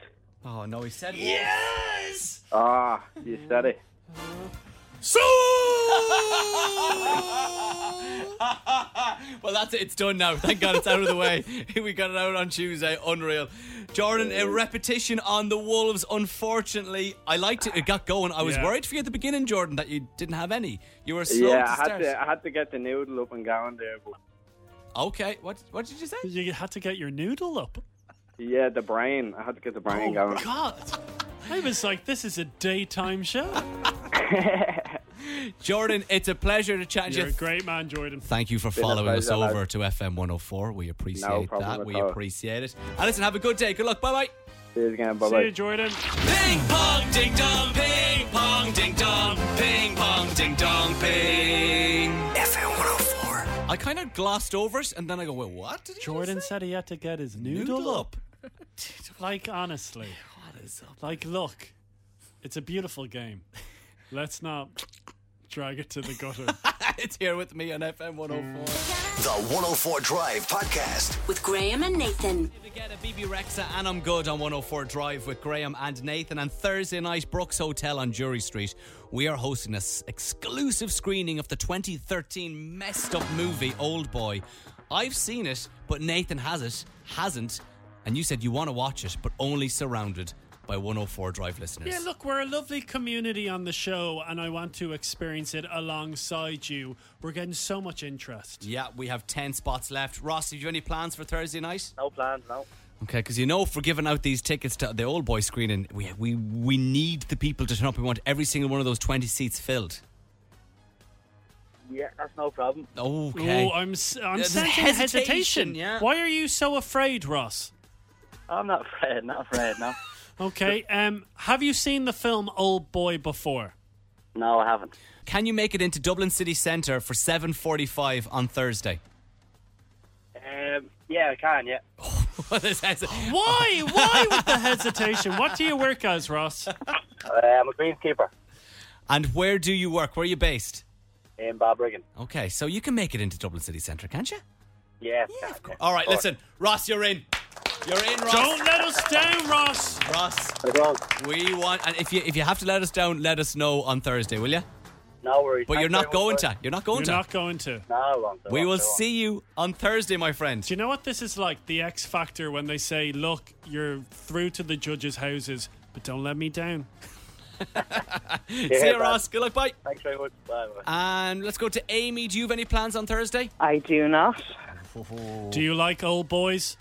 [SPEAKER 1] Oh, no, he said Yes!
[SPEAKER 10] Ah, you said it.
[SPEAKER 2] So
[SPEAKER 1] Well, that's it. It's done now. Thank God it's out of the way. We got it out on Tuesday. Unreal. Jordan, a repetition on the Wolves, unfortunately. I liked it. It got going. I was
[SPEAKER 2] Yeah.
[SPEAKER 1] worried for you at the beginning, Jordan, that you didn't have any. You were slow
[SPEAKER 10] yeah,
[SPEAKER 1] to
[SPEAKER 10] I had
[SPEAKER 1] start.
[SPEAKER 10] to, I had to get the noodle up and going there. But
[SPEAKER 1] Okay. What, what did you say?
[SPEAKER 2] you had to get your noodle up.
[SPEAKER 10] yeah, the brain. I had to get the brain
[SPEAKER 2] Oh
[SPEAKER 10] going.
[SPEAKER 2] God! I was like, this is a daytime show.
[SPEAKER 1] Jordan, it's a pleasure to chat to
[SPEAKER 2] You're a
[SPEAKER 1] you.
[SPEAKER 2] great man, Jordan.
[SPEAKER 1] Thank you for
[SPEAKER 10] a
[SPEAKER 1] following us
[SPEAKER 10] pleasure,
[SPEAKER 1] over
[SPEAKER 10] lad.
[SPEAKER 1] to FM 104. We appreciate
[SPEAKER 10] problem
[SPEAKER 1] that.
[SPEAKER 10] at
[SPEAKER 1] We
[SPEAKER 10] all.
[SPEAKER 1] appreciate it. And listen, have a good day. Good luck. Bye bye.
[SPEAKER 10] Cheers again. Bye
[SPEAKER 2] See you,
[SPEAKER 10] bye.
[SPEAKER 2] Jordan.
[SPEAKER 1] Ping pong ding dong, ping pong ding dong, ping pong ding dong, ping.
[SPEAKER 3] FM 104.
[SPEAKER 1] I kind of glossed over it and then I go, wait, what? Did he
[SPEAKER 2] Jordan
[SPEAKER 1] just say?
[SPEAKER 2] said he had to get his noodle,
[SPEAKER 1] noodle
[SPEAKER 2] up.
[SPEAKER 1] up.
[SPEAKER 2] Like, honestly. Like, look, it's a beautiful game. Let's not drag it to the gutter.
[SPEAKER 1] it's here with me on FM 104.
[SPEAKER 3] The 104 Drive Podcast.
[SPEAKER 9] With Graham and Nathan.
[SPEAKER 1] To get a BB Rexa and I'm good on 104 Drive with Graham and Nathan. And Thursday night, Brooks Hotel on Jury Street, we are hosting this exclusive screening of the 2013 messed up movie Old Boy. I've seen it, but Nathan has it, hasn't. And you said you want to watch it, but only surrounded by 104 Drive listeners.
[SPEAKER 2] Yeah, look, we're a lovely community on the show, and I want to experience it alongside you. We're getting so much interest.
[SPEAKER 1] Yeah, we have 10 spots left. Ross, have you any plans for Thursday night?
[SPEAKER 10] No plans, no.
[SPEAKER 1] Okay, because you know, if we're giving out these tickets to the old boy screening, we, we, we need the people to turn up. We want every single one of those 20 seats filled.
[SPEAKER 10] Yeah, that's no problem.
[SPEAKER 1] Okay.
[SPEAKER 2] Oh, I'm, s- I'm
[SPEAKER 1] Yeah, there's
[SPEAKER 2] sensing
[SPEAKER 1] hesitation,
[SPEAKER 2] hesitation.
[SPEAKER 1] yeah.
[SPEAKER 2] Why are you so afraid, Ross?
[SPEAKER 10] I'm not afraid, not afraid, no.
[SPEAKER 2] Okay, um, have you seen the film Old Boy before?
[SPEAKER 10] no, I haven't.
[SPEAKER 1] Can you make it into Dublin City Centre for 7.45 on Thursday?
[SPEAKER 10] Um, yeah, I can, yeah.
[SPEAKER 1] What is that?
[SPEAKER 2] Why? Why with the hesitation? What do you work as, Ross?
[SPEAKER 10] Uh, I'm a greenskeeper
[SPEAKER 1] and where do you work? Where are you based?
[SPEAKER 10] in Balbriggan.
[SPEAKER 1] Okay, so you can make it into Dublin City Centre, can't you?
[SPEAKER 10] Yeah.
[SPEAKER 1] All right, listen. Ross, you're in. You're in, Ross.
[SPEAKER 2] Don't let us down, Ross.
[SPEAKER 1] Ross,
[SPEAKER 10] listen.
[SPEAKER 1] we want... And if you, if you have to let us down, let us know on Thursday, will you?
[SPEAKER 10] No worries.
[SPEAKER 1] But you're
[SPEAKER 10] Thanks
[SPEAKER 1] not
[SPEAKER 10] very
[SPEAKER 1] going
[SPEAKER 10] much,
[SPEAKER 1] to. You're not going
[SPEAKER 2] You're
[SPEAKER 1] to.
[SPEAKER 2] not going to.
[SPEAKER 10] No, I won't. I
[SPEAKER 1] We will
[SPEAKER 10] won't, I won't.
[SPEAKER 1] see you on Thursday, my friend.
[SPEAKER 2] Do you know what this is like? The X Factor when they say, "Look, you're through to the judges' houses, but don't let me down."
[SPEAKER 1] See you,
[SPEAKER 10] bud.
[SPEAKER 1] Ross. Good luck. Bye.
[SPEAKER 10] Thanks very much. Bye. bye.
[SPEAKER 1] And let's go to Amy. Do you have any plans on Thursday?
[SPEAKER 5] I do not.
[SPEAKER 2] Do you like old boys?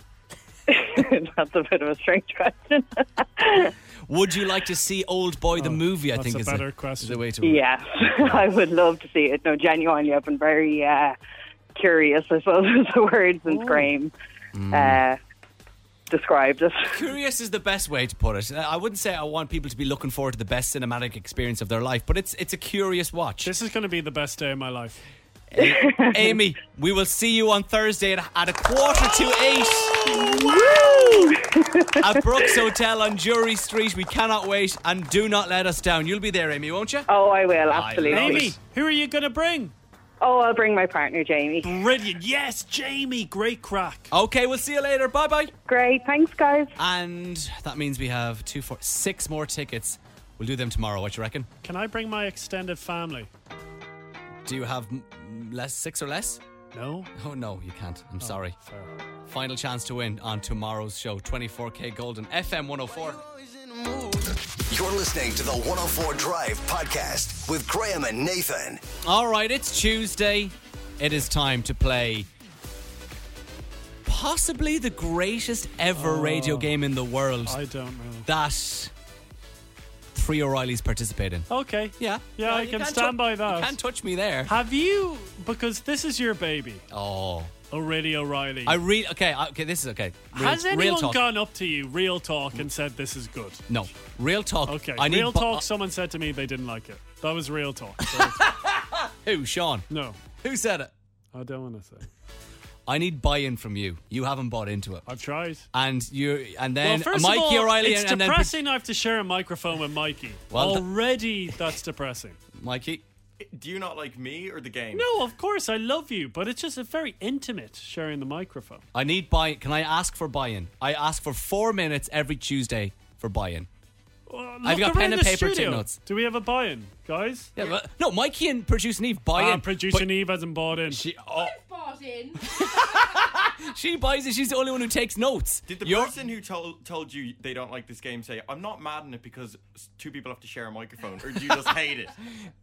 [SPEAKER 5] That's a bit of a strange question.
[SPEAKER 1] Would you like to see Old Boy the movie? I
[SPEAKER 2] Oh, that's
[SPEAKER 1] think
[SPEAKER 2] a
[SPEAKER 1] is
[SPEAKER 2] better
[SPEAKER 1] the,
[SPEAKER 2] question.
[SPEAKER 1] is the way to.
[SPEAKER 5] yes, I would love to see it. No, genuinely, I've been very uh, curious, I suppose, is the word since Graham uh, described it.
[SPEAKER 1] Curious is the best way to put it. I wouldn't say I want people to be looking forward to the best cinematic experience of their life, but it's it's a curious watch.
[SPEAKER 2] This is going to be the best day of my life.
[SPEAKER 1] Amy, we will see you on Thursday at, at a quarter to eight at Brooks Hotel on Jury Street. We cannot wait, and do not let us down. You'll be there, Amy, won't you?
[SPEAKER 5] Oh, I will,
[SPEAKER 1] I
[SPEAKER 5] absolutely.
[SPEAKER 1] love
[SPEAKER 2] Amy, who are you going to bring?
[SPEAKER 5] Oh, I'll bring my partner, Jamie.
[SPEAKER 2] Brilliant. Yes, Jamie. Great crack.
[SPEAKER 1] Okay, we'll see you later. Bye bye.
[SPEAKER 5] Great, thanks, guys.
[SPEAKER 1] And that means we have two, four, six more tickets. We'll do them tomorrow. What you reckon?
[SPEAKER 2] Can I bring my extended family?
[SPEAKER 1] Do you have mm, less six or less?
[SPEAKER 2] No.
[SPEAKER 1] Oh no, you can't. I'm sorry.
[SPEAKER 2] Fair.
[SPEAKER 1] Final chance to win on tomorrow's show. 24k golden FM 104.
[SPEAKER 3] You're listening to the 104 Drive Podcast with Graham and Nathan.
[SPEAKER 1] All right, it's Tuesday. It is time to play possibly the greatest ever radio game in the world
[SPEAKER 2] I don't know.
[SPEAKER 1] that three O'Reillys participate in.
[SPEAKER 2] Okay.
[SPEAKER 1] Yeah,
[SPEAKER 2] Yeah,
[SPEAKER 1] No,
[SPEAKER 2] I
[SPEAKER 1] you
[SPEAKER 2] can
[SPEAKER 1] can't
[SPEAKER 2] stand
[SPEAKER 1] tou-
[SPEAKER 2] by
[SPEAKER 1] you
[SPEAKER 2] that.
[SPEAKER 1] Can't touch me there.
[SPEAKER 2] Have you? Because this is your baby,
[SPEAKER 1] Oh.
[SPEAKER 2] O'Reilly O'Reilly.
[SPEAKER 1] I really okay. I- Okay, this is okay. Real,
[SPEAKER 2] Has
[SPEAKER 1] real
[SPEAKER 2] anyone
[SPEAKER 1] talk?
[SPEAKER 2] gone up to you, real talk, and said this is good?
[SPEAKER 1] No, real talk.
[SPEAKER 2] Okay.
[SPEAKER 1] I need
[SPEAKER 2] real
[SPEAKER 1] bu-
[SPEAKER 2] talk. someone said to me they didn't like it. That was real talk. So-
[SPEAKER 1] Who, Sean?
[SPEAKER 2] no,
[SPEAKER 1] Who said it?
[SPEAKER 2] I don't want to say.
[SPEAKER 1] I need buy-in from you. You haven't bought into it,
[SPEAKER 2] I've tried.
[SPEAKER 1] and you and then
[SPEAKER 2] well, first
[SPEAKER 1] Mikey
[SPEAKER 2] of all,
[SPEAKER 1] O'Reilly
[SPEAKER 2] it's
[SPEAKER 1] and, and then
[SPEAKER 2] depressing. I have to share a microphone with Mikey.
[SPEAKER 1] Well, th-
[SPEAKER 2] Already, that's depressing.
[SPEAKER 1] Mikey.
[SPEAKER 7] Do you not like me or the game?
[SPEAKER 2] No, of course I love you, but it's just a very intimate sharing the microphone.
[SPEAKER 1] I need buy. Can I ask for buy-in? I ask for four minutes every Tuesday for buy-in.
[SPEAKER 2] Well,
[SPEAKER 1] I've
[SPEAKER 2] look
[SPEAKER 1] got pen
[SPEAKER 2] around
[SPEAKER 1] and
[SPEAKER 2] the
[SPEAKER 1] paper, take
[SPEAKER 2] studio.
[SPEAKER 1] notes.
[SPEAKER 2] Do we have a buy-in, guys?
[SPEAKER 1] Yeah, but, no, Mikey and producer Eve
[SPEAKER 2] Ah,
[SPEAKER 1] buy-in.
[SPEAKER 2] producer Eve hasn't bought in.
[SPEAKER 1] Oh, She, oh,
[SPEAKER 8] Bought in.
[SPEAKER 1] she buys it. She's the only one who takes notes.
[SPEAKER 11] Did the
[SPEAKER 1] You're-
[SPEAKER 11] person who told told you they don't like this game say, "I'm not mad in it because s- two people have to share a microphone," or do you just hate it?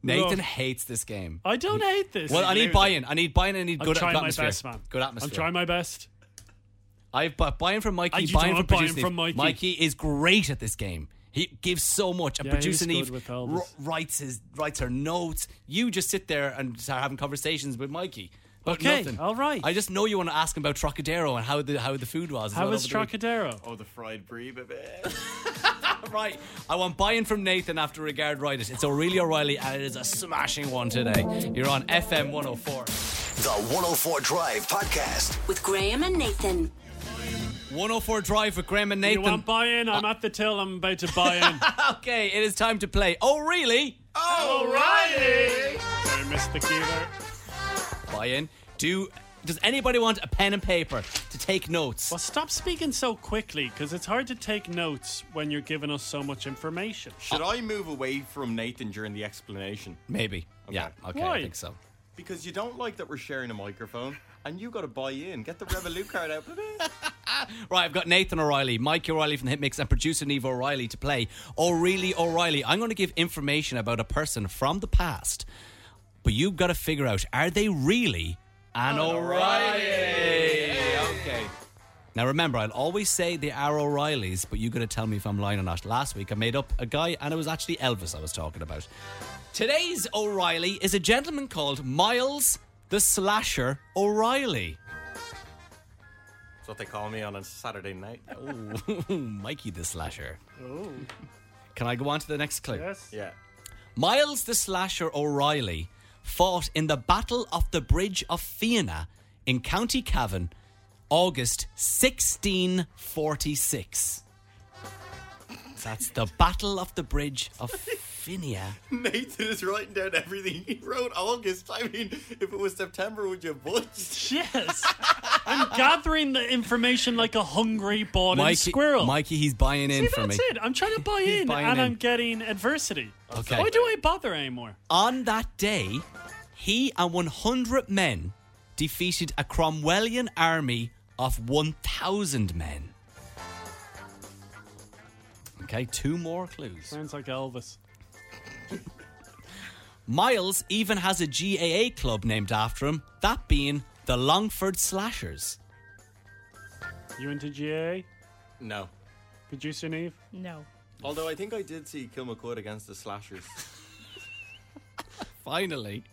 [SPEAKER 1] Nathan
[SPEAKER 2] Look.
[SPEAKER 1] hates this game.
[SPEAKER 2] I don't hate this.
[SPEAKER 1] Well, I need
[SPEAKER 11] losing.
[SPEAKER 1] buy-in. I need buy-in. I need
[SPEAKER 2] I'm
[SPEAKER 1] good
[SPEAKER 2] trying
[SPEAKER 1] atmosphere.
[SPEAKER 2] my best, man.
[SPEAKER 1] Good atmosphere.
[SPEAKER 2] I'm trying my best.
[SPEAKER 1] I've bought buying from Mikey,
[SPEAKER 2] And you
[SPEAKER 1] buying from
[SPEAKER 2] don't want buy-in
[SPEAKER 1] producing
[SPEAKER 2] from
[SPEAKER 1] Mikey.
[SPEAKER 2] Mikey.
[SPEAKER 1] Mikey is great at this game. He gives so much, and
[SPEAKER 2] Yeah, he was
[SPEAKER 1] producing
[SPEAKER 2] good
[SPEAKER 1] Eve
[SPEAKER 2] with
[SPEAKER 1] r-
[SPEAKER 2] Elvis.
[SPEAKER 1] writes his writes her notes. You just sit there and start having conversations with Mikey. But
[SPEAKER 2] Okay,
[SPEAKER 1] nothing.
[SPEAKER 2] all right.
[SPEAKER 1] I just know you want to ask him about Trocadero and how the how the food was.
[SPEAKER 2] How
[SPEAKER 1] Well,
[SPEAKER 2] was
[SPEAKER 1] over the week.
[SPEAKER 2] Trocadero?
[SPEAKER 11] Oh, the fried brie, baby.
[SPEAKER 1] right. I want buy-in from Nathan after Regard Riders. It's O'Reilly O'Reilly, and it is a smashing one today. You're on FM 104.
[SPEAKER 3] The 104 Drive Podcast.
[SPEAKER 9] With Graham and Nathan.
[SPEAKER 1] 104 Drive with Graham and
[SPEAKER 2] You
[SPEAKER 1] Nathan. uh,
[SPEAKER 2] want buy in? I'm at the till. I'm about to buy in.
[SPEAKER 1] okay, it is time to play. Oh, really?
[SPEAKER 2] O'Reilly! Sorry, missed the key there.
[SPEAKER 1] Buy-in. Do does anybody want a pen and paper to take notes?
[SPEAKER 2] Well, stop speaking so quickly because it's hard to take notes when you're giving us so much information.
[SPEAKER 11] Should I move away from Nathan during the explanation?
[SPEAKER 1] Maybe. Yeah. Okay.
[SPEAKER 2] Why?
[SPEAKER 1] I think so.
[SPEAKER 11] Because you don't like that we're sharing a microphone and you got to buy in. Get the Revolut card out.
[SPEAKER 1] Right, I've got Nathan O'Reilly, Mike O'Reilly from the Hitmix, and producer Neve O'Reilly to play O'Reilly O'Reilly. I'm going to give information about a person from the past, but you've got to figure out are they really an O'Reilly? Okay. Now remember, I'll always say they are O'Reillys, but you got to tell me if I'm lying or not. Last week I made up a guy, and it was actually Elvis I was talking about. Today's O'Reilly is a gentleman called Miles the Slasher O'Reilly.
[SPEAKER 11] That's what they call me on a Saturday night.
[SPEAKER 1] Oh, Mikey the Slasher. Can I go on to the next clue?
[SPEAKER 2] Oh. Yes.
[SPEAKER 11] Yeah.
[SPEAKER 1] Miles the Slasher O'Reilly fought in the Battle of the Bridge of Fianna in County Cavan, August 1646. That's the Battle of the Bridge of Fianna.
[SPEAKER 11] Nathan is writing down everything he wrote August. I mean, if it was September, would you budge?
[SPEAKER 2] Yes. I'm gathering the information like a hungry, bored squirrel.
[SPEAKER 1] Mikey, he's buying in
[SPEAKER 2] See,
[SPEAKER 1] for
[SPEAKER 2] that's
[SPEAKER 1] me.
[SPEAKER 2] it. I'm trying to buy in,
[SPEAKER 1] buying
[SPEAKER 2] and
[SPEAKER 1] in.
[SPEAKER 2] I'm getting adversity.
[SPEAKER 1] Okay.
[SPEAKER 2] Why do I bother anymore?
[SPEAKER 1] On that day, he and 100 men defeated a Cromwellian army of 1,000 men. Okay, two more clues.
[SPEAKER 2] Sounds like Elvis.
[SPEAKER 1] Miles even has a GAA club named after him, that being the Longford Slashers.
[SPEAKER 2] You into GA?
[SPEAKER 11] No.
[SPEAKER 2] Producer Neve?
[SPEAKER 8] No.
[SPEAKER 11] Although I think I did see Kilmacud against the Slashers.
[SPEAKER 1] Finally,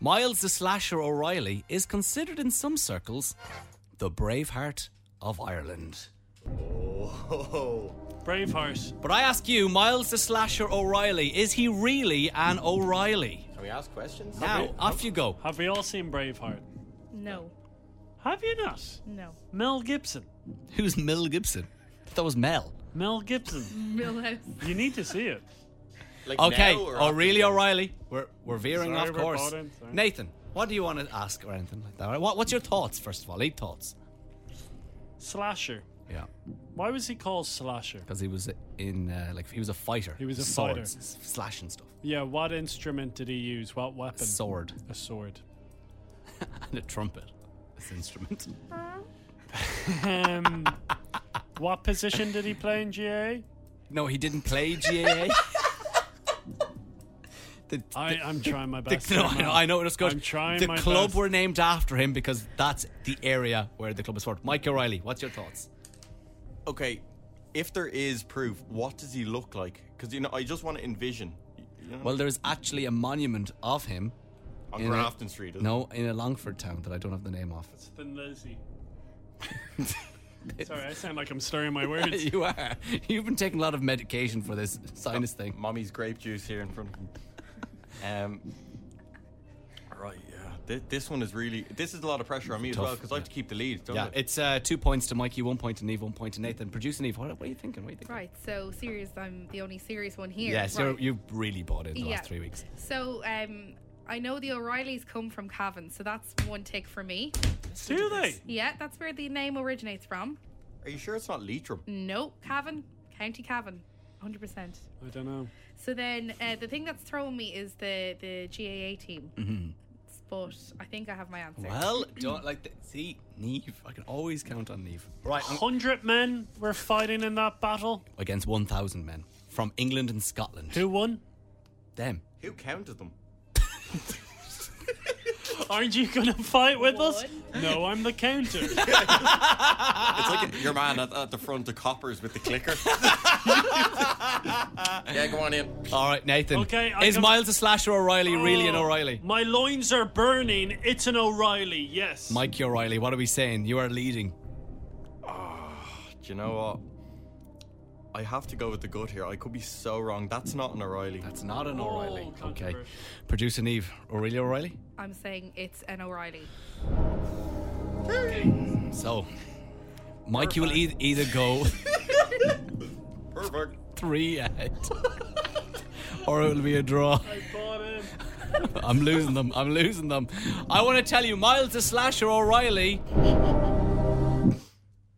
[SPEAKER 1] Miles the Slasher O'Reilly is considered in some circles the Braveheart of Ireland.
[SPEAKER 11] Oh.
[SPEAKER 2] Braveheart.
[SPEAKER 1] But I ask you, Miles the Slasher O'Reilly, is he really an O'Reilly?
[SPEAKER 11] Can we ask questions?
[SPEAKER 1] Now, off you go.
[SPEAKER 2] Have we all seen Braveheart?
[SPEAKER 8] No.
[SPEAKER 2] Have you not?
[SPEAKER 8] No.
[SPEAKER 2] Mel Gibson.
[SPEAKER 1] Who's Mel Gibson? That was Mel.
[SPEAKER 2] Mel Gibson.
[SPEAKER 8] Millhouse.
[SPEAKER 2] You need to see it.
[SPEAKER 11] Like
[SPEAKER 1] Okay,
[SPEAKER 11] now or
[SPEAKER 1] O'Reilly
[SPEAKER 11] after?
[SPEAKER 1] O'Reilly. We're, we're veering
[SPEAKER 2] Sorry,
[SPEAKER 1] off
[SPEAKER 2] we're
[SPEAKER 1] course.
[SPEAKER 2] bought in, sorry.
[SPEAKER 1] Nathan, what do you want to ask or anything like that? What, what's your thoughts, first of all? Eight thoughts.
[SPEAKER 2] Slasher.
[SPEAKER 1] Yeah,
[SPEAKER 2] Why was he called Slasher?
[SPEAKER 1] because he was in, uh, like, he was a fighter.
[SPEAKER 2] He was a
[SPEAKER 1] Swords, s- Slashing stuff.
[SPEAKER 2] Yeah, what instrument did he use? What weapon?
[SPEAKER 1] Sword
[SPEAKER 2] A sword.
[SPEAKER 1] and a trumpet. This instrument.
[SPEAKER 2] Um, what position did he play in GA?
[SPEAKER 1] No, he didn't play GAA. the,
[SPEAKER 2] I, I'm trying my
[SPEAKER 1] the,
[SPEAKER 2] best.
[SPEAKER 1] no, I
[SPEAKER 2] I'm
[SPEAKER 1] know,
[SPEAKER 2] not-
[SPEAKER 1] I know it was good.
[SPEAKER 2] I'm trying
[SPEAKER 1] the
[SPEAKER 2] my
[SPEAKER 1] club
[SPEAKER 2] best.
[SPEAKER 1] were named after him because that's the area where the club is formed. Mike O'Reilly, what's your thoughts?
[SPEAKER 11] Okay, if there is proof, what does he look like? Because, you know, I just want to envision. You know,
[SPEAKER 1] Well, there's actually a monument of him.
[SPEAKER 11] on
[SPEAKER 1] in a-
[SPEAKER 11] Grafton Street. isn't
[SPEAKER 1] No, in a Longford town that I don't have the name of.
[SPEAKER 2] It's Thin Lizzy. Sorry, I sound like I'm slurring my words.
[SPEAKER 1] You are. You've been taking a lot of medication for this sinus
[SPEAKER 11] it?
[SPEAKER 1] thing.
[SPEAKER 11] Mommy's grape juice here in front of me. um, right, yeah. This, this one is really. This is a lot of pressure on me as well because I have to keep the lead, don't
[SPEAKER 1] Yeah,
[SPEAKER 11] I?
[SPEAKER 1] it's uh, two points to Mikey, one point to Neve, one point to Nathan. Producer Neve, what, what are you thinking? What are you thinking?
[SPEAKER 8] Right, so serious. I'm the only serious one here.
[SPEAKER 1] Yes,
[SPEAKER 8] right.
[SPEAKER 1] you're, you've really bought in the
[SPEAKER 8] Yeah.
[SPEAKER 1] last three weeks.
[SPEAKER 8] So, um, I know the O'Reillys come from Cavan, so that's one tick for me.
[SPEAKER 2] Do they?
[SPEAKER 8] Yeah, that's where the name originates from.
[SPEAKER 11] Are you sure it's not Leitrim?
[SPEAKER 8] Nope, Cavan, County Cavan, 100%.
[SPEAKER 2] I don't know.
[SPEAKER 8] So then uh, the thing that's throwing me is the, the GAA team. Mm-hmm. But I think I have my answer.
[SPEAKER 1] Well, don't like the, see Neve. I can always count on Neve. Right, I'm-
[SPEAKER 2] Hundred men were fighting in that battle.
[SPEAKER 1] against one thousand men from England and Scotland.
[SPEAKER 2] Who won?
[SPEAKER 1] Them.
[SPEAKER 11] Who counted them?
[SPEAKER 2] Aren't you going to fight with us? No, I'm the counter.
[SPEAKER 1] Ah.
[SPEAKER 11] It's like your man at, at the front of Coppers with the clicker. yeah, go on in.
[SPEAKER 1] All right, Nathan.
[SPEAKER 2] Okay, I
[SPEAKER 1] is
[SPEAKER 2] come-
[SPEAKER 1] Miles a slasher O'Reilly really an
[SPEAKER 2] Oh,
[SPEAKER 1] O'Reilly?
[SPEAKER 2] My loins are burning. It's an O'Reilly, yes.
[SPEAKER 1] Mike O'Reilly, what are we saying? You are leading.
[SPEAKER 11] Do you know what? I have to go with the gut here. I could be so wrong. That's not an O'Reilly.
[SPEAKER 1] That's not
[SPEAKER 2] Oh,
[SPEAKER 1] an O'Reilly. okay. Producer Neve, O'Reilly O'Reilly?
[SPEAKER 8] I'm saying it's an O'Reilly.
[SPEAKER 1] So, Mike, you will e- either go
[SPEAKER 11] Perfect.
[SPEAKER 1] three ahead or it will be a draw. I'm losing them. I'm losing them. I want to tell you, Miles the Slasher O'Reilly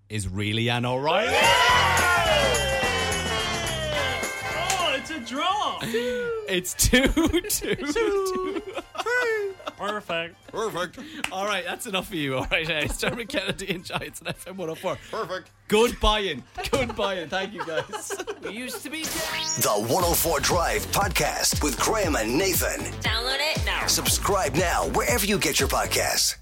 [SPEAKER 1] is really an O'Reilly.
[SPEAKER 2] Oh, it's a draw.
[SPEAKER 1] It's two, two, two.
[SPEAKER 2] Perfect.
[SPEAKER 11] Perfect.
[SPEAKER 1] All right, that's enough for you. All right, uh, it's Dermot Kennedy and Giants and FM 104.
[SPEAKER 11] Perfect.
[SPEAKER 1] Good buying. Good buying. Thank you, guys.
[SPEAKER 12] We used to be.
[SPEAKER 3] The 104 Drive Podcast with Graham and Nathan.
[SPEAKER 12] Download it now.
[SPEAKER 3] Subscribe now wherever you get your podcasts.